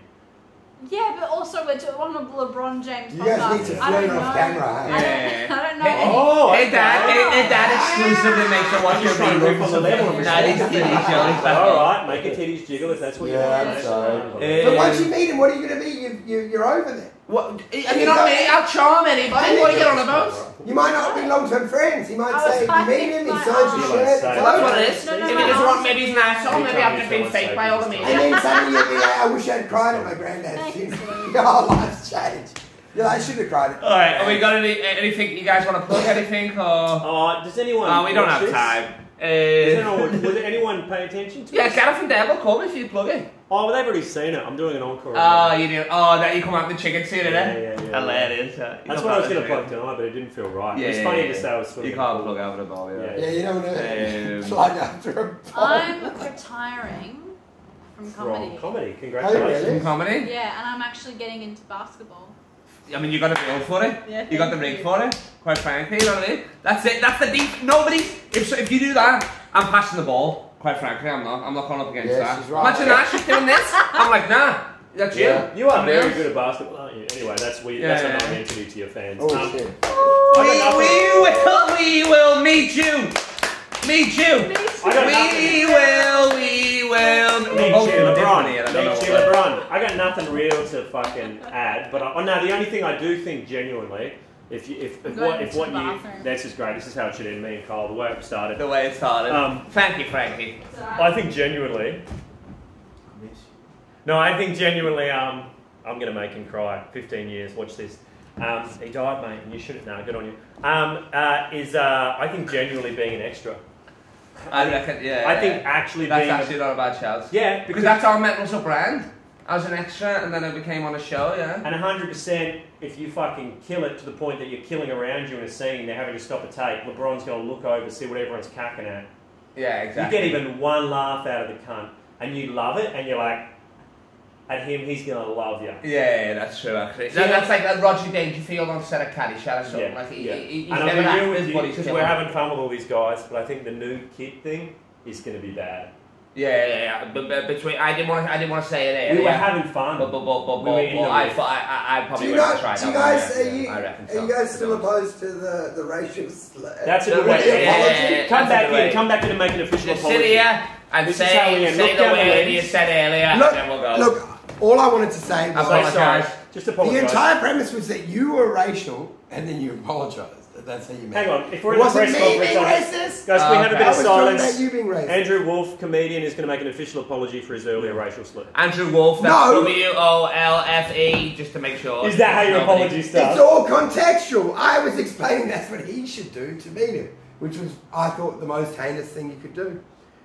[SPEAKER 5] Yeah, but also we're doing on a LeBron James
[SPEAKER 3] you
[SPEAKER 5] podcast.
[SPEAKER 3] guys need to
[SPEAKER 5] I don't
[SPEAKER 3] flirt
[SPEAKER 5] know.
[SPEAKER 3] off camera?
[SPEAKER 5] I
[SPEAKER 3] Hey?
[SPEAKER 5] don't,
[SPEAKER 2] Yeah.
[SPEAKER 5] I don't know.
[SPEAKER 2] Hey,
[SPEAKER 4] Oh,
[SPEAKER 2] hey, Dad,
[SPEAKER 4] okay.
[SPEAKER 2] hey, hey, Dad exclusively makes a watch
[SPEAKER 4] You're
[SPEAKER 2] your
[SPEAKER 4] trying to rip on the level of
[SPEAKER 2] videos.
[SPEAKER 4] his
[SPEAKER 2] That is
[SPEAKER 4] shoulder.
[SPEAKER 2] TV shows.
[SPEAKER 4] All right, make your titties jiggle if that's what you
[SPEAKER 3] Yeah,
[SPEAKER 4] want.
[SPEAKER 5] I'm
[SPEAKER 3] sorry.
[SPEAKER 4] Yeah.
[SPEAKER 3] But once you meet him, what are you going to be? You, you, you're over there.
[SPEAKER 2] What? Have you not me? I'll charm anybody. What are you on about?
[SPEAKER 3] You might not be long term friends. He might
[SPEAKER 5] I was
[SPEAKER 3] say, you
[SPEAKER 5] fighting
[SPEAKER 3] meet him, he
[SPEAKER 5] my
[SPEAKER 3] signs your
[SPEAKER 4] arm.
[SPEAKER 3] shirt, it's
[SPEAKER 4] Yeah,
[SPEAKER 2] Well, that's what
[SPEAKER 3] over.
[SPEAKER 2] it is.
[SPEAKER 5] No, no,
[SPEAKER 2] if
[SPEAKER 5] no,
[SPEAKER 2] he doesn't
[SPEAKER 5] no.
[SPEAKER 2] want maybe he's an asshole,
[SPEAKER 4] Every
[SPEAKER 2] maybe
[SPEAKER 4] time
[SPEAKER 2] I've
[SPEAKER 4] you
[SPEAKER 2] just
[SPEAKER 4] feel
[SPEAKER 2] been
[SPEAKER 4] like
[SPEAKER 2] faked by
[SPEAKER 4] saving
[SPEAKER 2] all the
[SPEAKER 4] stuff.
[SPEAKER 3] And
[SPEAKER 2] media.
[SPEAKER 3] then suddenly you'll be like, I wish I'd cried at my granddad's
[SPEAKER 5] Thanks.
[SPEAKER 3] funeral. Your life's changed. Yeah, I should have cried. at-
[SPEAKER 2] Alright, have we got any, anything you guys want to plug? Anything? Or.
[SPEAKER 4] Uh, does anyone?
[SPEAKER 2] Oh, we don't
[SPEAKER 4] watch
[SPEAKER 2] have
[SPEAKER 4] this?
[SPEAKER 2] time.
[SPEAKER 4] Does
[SPEAKER 2] Uh,
[SPEAKER 4] anyone, would anyone pay attention to
[SPEAKER 2] yeah,
[SPEAKER 4] this?
[SPEAKER 2] Gareth and Deb will come if you plug it.
[SPEAKER 4] Oh, well, they've already seen it. I'm doing an encore.
[SPEAKER 2] Oh, you do. Oh, that you come out with the chicken suit,
[SPEAKER 4] Yeah,
[SPEAKER 2] eh?
[SPEAKER 4] yeah, yeah.
[SPEAKER 2] Hilarious. uh,
[SPEAKER 4] That's
[SPEAKER 2] you
[SPEAKER 4] what
[SPEAKER 2] can't
[SPEAKER 4] I was going
[SPEAKER 2] plug
[SPEAKER 4] to
[SPEAKER 2] that
[SPEAKER 4] plug
[SPEAKER 2] through.
[SPEAKER 4] tonight, but it didn't feel right.
[SPEAKER 2] Yeah,
[SPEAKER 4] it's
[SPEAKER 2] yeah,
[SPEAKER 4] funny
[SPEAKER 2] yeah,
[SPEAKER 4] to
[SPEAKER 2] yeah.
[SPEAKER 4] say I was sort
[SPEAKER 2] You
[SPEAKER 4] of-
[SPEAKER 2] can't plug out of all, yeah.
[SPEAKER 4] Yeah.
[SPEAKER 3] Yeah, you don't want to
[SPEAKER 2] Um,
[SPEAKER 3] slide after a pole.
[SPEAKER 5] I'm retiring from
[SPEAKER 4] Wrong.
[SPEAKER 5] comedy.
[SPEAKER 4] Comedy.
[SPEAKER 3] Oh,
[SPEAKER 4] Congratulations.
[SPEAKER 3] really?
[SPEAKER 2] Some comedy.
[SPEAKER 5] Yeah, and I'm actually getting into basketball.
[SPEAKER 2] I mean, you got a bill for it.
[SPEAKER 5] Yeah,
[SPEAKER 2] you got the
[SPEAKER 5] thank
[SPEAKER 2] rig
[SPEAKER 5] you.
[SPEAKER 2] for it. Quite frankly, you know what I mean. That's it. That's the deep. Nobody. If so, if you do that, I'm passing the ball. Quite frankly, I'm not. I'm not going up against
[SPEAKER 3] Yeah,
[SPEAKER 2] that.
[SPEAKER 3] she's right.
[SPEAKER 2] Imagine that. She's doing this. I'm like, nah. That's
[SPEAKER 3] Yeah.
[SPEAKER 2] you.
[SPEAKER 4] You are
[SPEAKER 2] Somebody
[SPEAKER 4] very
[SPEAKER 2] else.
[SPEAKER 4] good at basketball, aren't you? Anyway, that's weird.
[SPEAKER 2] Yeah,
[SPEAKER 4] that's
[SPEAKER 2] yeah,
[SPEAKER 4] what I'm
[SPEAKER 2] yeah.
[SPEAKER 4] meant to do to your fans.
[SPEAKER 3] Oh,
[SPEAKER 4] Um,
[SPEAKER 3] shit.
[SPEAKER 4] I
[SPEAKER 2] We,
[SPEAKER 4] got nothing.
[SPEAKER 2] we will. We will meet you. Meet you.
[SPEAKER 4] I got
[SPEAKER 2] We
[SPEAKER 4] nothing.
[SPEAKER 2] will. We will.
[SPEAKER 4] Meet
[SPEAKER 2] Both
[SPEAKER 4] you, LeBron.
[SPEAKER 2] of them different here, Oh, I don't know
[SPEAKER 4] Meet
[SPEAKER 2] what
[SPEAKER 4] you,
[SPEAKER 2] that-
[SPEAKER 4] LeBron. I got nothing real to fucking add, but I, oh no, the only thing I do think genuinely, if you, if, if
[SPEAKER 5] I'm
[SPEAKER 4] what
[SPEAKER 5] going
[SPEAKER 4] if
[SPEAKER 5] to
[SPEAKER 4] what
[SPEAKER 5] the
[SPEAKER 4] you,
[SPEAKER 5] bathroom.
[SPEAKER 4] this is great. This is how it should end. Me and Kyle, the way it started.
[SPEAKER 2] The way it started.
[SPEAKER 4] Um,
[SPEAKER 2] Thank you, Frankie.
[SPEAKER 5] Sorry.
[SPEAKER 4] I think genuinely. No, I think genuinely. Um, I I'm going to make him cry. 15 years, watch this. Um, he died, mate, and you shouldn't. No, good on you. Um, uh, is uh, I think genuinely being an extra.
[SPEAKER 2] I reckon, yeah.
[SPEAKER 4] I think actually
[SPEAKER 2] that's
[SPEAKER 4] being
[SPEAKER 2] actually not a bad shout.
[SPEAKER 4] a, yeah
[SPEAKER 2] Because that's our metal's a brand. I was an extra and then I became on a show, yeah.
[SPEAKER 4] And 100%, if you fucking kill it to the point that you're killing around you in a scene, they're having to stop a tape, LeBron's going to look over, see what everyone's cacking at.
[SPEAKER 2] Yeah,
[SPEAKER 4] You
[SPEAKER 2] exactly.
[SPEAKER 4] get even one laugh out of the cunt, and you love it, and you're like, at him, he's going to love you.
[SPEAKER 2] Yeah, yeah, that's true, actually. No,
[SPEAKER 4] Yeah.
[SPEAKER 2] That's like that Roger Dangerfield on set of Caddyshack or something.
[SPEAKER 4] Yeah,
[SPEAKER 2] Like, he,
[SPEAKER 4] yeah.
[SPEAKER 2] he, he- he's
[SPEAKER 4] and
[SPEAKER 2] never
[SPEAKER 4] I agree
[SPEAKER 2] acted,
[SPEAKER 4] with you,
[SPEAKER 2] but he's
[SPEAKER 4] because
[SPEAKER 2] killing
[SPEAKER 4] we're
[SPEAKER 2] it.
[SPEAKER 4] having fun with all these guys, but I think the new kid thing is going to be bad.
[SPEAKER 2] Yeah, yeah, yeah. But, but between, I didn't want to, I didn't want to say it.
[SPEAKER 4] we
[SPEAKER 2] yeah.
[SPEAKER 4] were having fun.
[SPEAKER 2] But, but, but, but,
[SPEAKER 4] We were in
[SPEAKER 2] but
[SPEAKER 4] the
[SPEAKER 2] I,
[SPEAKER 4] loop.
[SPEAKER 2] thought- I, I, I
[SPEAKER 3] Do
[SPEAKER 2] probably
[SPEAKER 3] you,
[SPEAKER 2] would have tried
[SPEAKER 3] guys, do you
[SPEAKER 2] that one,
[SPEAKER 3] guys,
[SPEAKER 2] yeah,
[SPEAKER 3] are you,
[SPEAKER 2] yeah, I reckon
[SPEAKER 3] are you
[SPEAKER 2] so,
[SPEAKER 3] guys
[SPEAKER 2] to
[SPEAKER 3] still
[SPEAKER 2] be honest.
[SPEAKER 3] opposed to the, the racial uh, slur?
[SPEAKER 4] That's a
[SPEAKER 2] The
[SPEAKER 4] good
[SPEAKER 2] way-
[SPEAKER 4] way to
[SPEAKER 2] yeah,
[SPEAKER 4] apology.
[SPEAKER 2] yeah, yeah,
[SPEAKER 4] come
[SPEAKER 2] that's a
[SPEAKER 4] back
[SPEAKER 2] good way.
[SPEAKER 4] in, come back in and make an official
[SPEAKER 2] Just sit
[SPEAKER 4] apology.
[SPEAKER 2] here and
[SPEAKER 4] This is how we
[SPEAKER 2] say,
[SPEAKER 4] end.
[SPEAKER 2] say
[SPEAKER 4] Look
[SPEAKER 2] the
[SPEAKER 4] down the
[SPEAKER 2] way you
[SPEAKER 4] lens.
[SPEAKER 2] said earlier,
[SPEAKER 3] look,
[SPEAKER 2] and then we'll go.
[SPEAKER 3] look, all I wanted to say
[SPEAKER 2] I
[SPEAKER 3] was
[SPEAKER 2] apologise.
[SPEAKER 4] Just
[SPEAKER 3] the
[SPEAKER 4] apologise.
[SPEAKER 3] entire premise was that you were racial and then you apologised. That- That's how you made
[SPEAKER 4] Hang
[SPEAKER 3] it.
[SPEAKER 4] on, if
[SPEAKER 3] It
[SPEAKER 4] we're in a
[SPEAKER 3] wasn't
[SPEAKER 4] press
[SPEAKER 3] me
[SPEAKER 4] conference
[SPEAKER 3] being
[SPEAKER 4] on
[SPEAKER 3] racist.
[SPEAKER 4] Guys, can we have a bit
[SPEAKER 2] Okay.
[SPEAKER 3] I
[SPEAKER 4] of
[SPEAKER 3] was talking
[SPEAKER 4] silence.
[SPEAKER 3] about you being racist.
[SPEAKER 4] Andrew Wolf, comedian, is going to make an official apology for his earlier racial slur.
[SPEAKER 2] Andrew Wolf, that's
[SPEAKER 3] No.
[SPEAKER 2] W O L F E, just to make sure.
[SPEAKER 4] Is that how your
[SPEAKER 2] Nobody-
[SPEAKER 4] apology
[SPEAKER 3] It's
[SPEAKER 4] starts?
[SPEAKER 3] all contextual. I was explaining that's what he should do to meet him, which was, I thought, the most heinous thing you could do.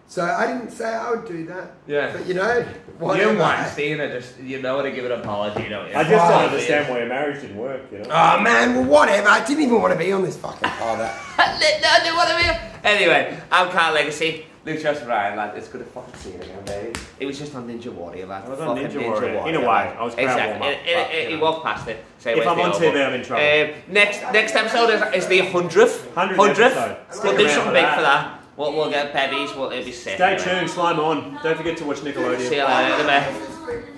[SPEAKER 3] So I didn't say I would do that.
[SPEAKER 2] Yeah.
[SPEAKER 3] But you know,
[SPEAKER 2] You
[SPEAKER 3] whatever.
[SPEAKER 2] Weinstein are just, you know how to give an apology, don't you?
[SPEAKER 4] I just
[SPEAKER 3] Wow.
[SPEAKER 4] don't understand why your marriage didn't work, you know?
[SPEAKER 3] Oh man, well whatever. I didn't even want to be on this fucking podcast.
[SPEAKER 2] I do want to be. Anyway, I'm Carl Legacy. Luke Joseph Ryan, lad. It's good to fucking see you again, baby. It was just on Ninja Warrior, lad.
[SPEAKER 4] I was on
[SPEAKER 2] fucking
[SPEAKER 4] Ninja Warrior. In a way,
[SPEAKER 2] lad.
[SPEAKER 4] I was crowd
[SPEAKER 2] exactly.
[SPEAKER 4] warm-up,
[SPEAKER 2] It- it-
[SPEAKER 4] but,
[SPEAKER 2] it-
[SPEAKER 4] you
[SPEAKER 2] he
[SPEAKER 4] know.
[SPEAKER 2] walked past it. Say,
[SPEAKER 4] If
[SPEAKER 2] "Where's
[SPEAKER 4] I'm
[SPEAKER 2] the
[SPEAKER 4] on
[SPEAKER 2] elbow?"
[SPEAKER 4] TV, I'm in trouble.
[SPEAKER 2] Um, next next episode is, is the hundredth.
[SPEAKER 4] 100th
[SPEAKER 2] Hundredth.
[SPEAKER 4] episode.
[SPEAKER 2] We'll
[SPEAKER 4] Stick
[SPEAKER 2] do
[SPEAKER 4] around
[SPEAKER 2] something
[SPEAKER 4] for
[SPEAKER 2] big
[SPEAKER 4] that.
[SPEAKER 2] for that. We'll, we'll get bevies. We'll it'll be sick.
[SPEAKER 4] Stay
[SPEAKER 2] anyway.
[SPEAKER 4] tuned, slime on. Don't forget to watch Nickelodeon.
[SPEAKER 2] See you later, mate.
[SPEAKER 3] This week.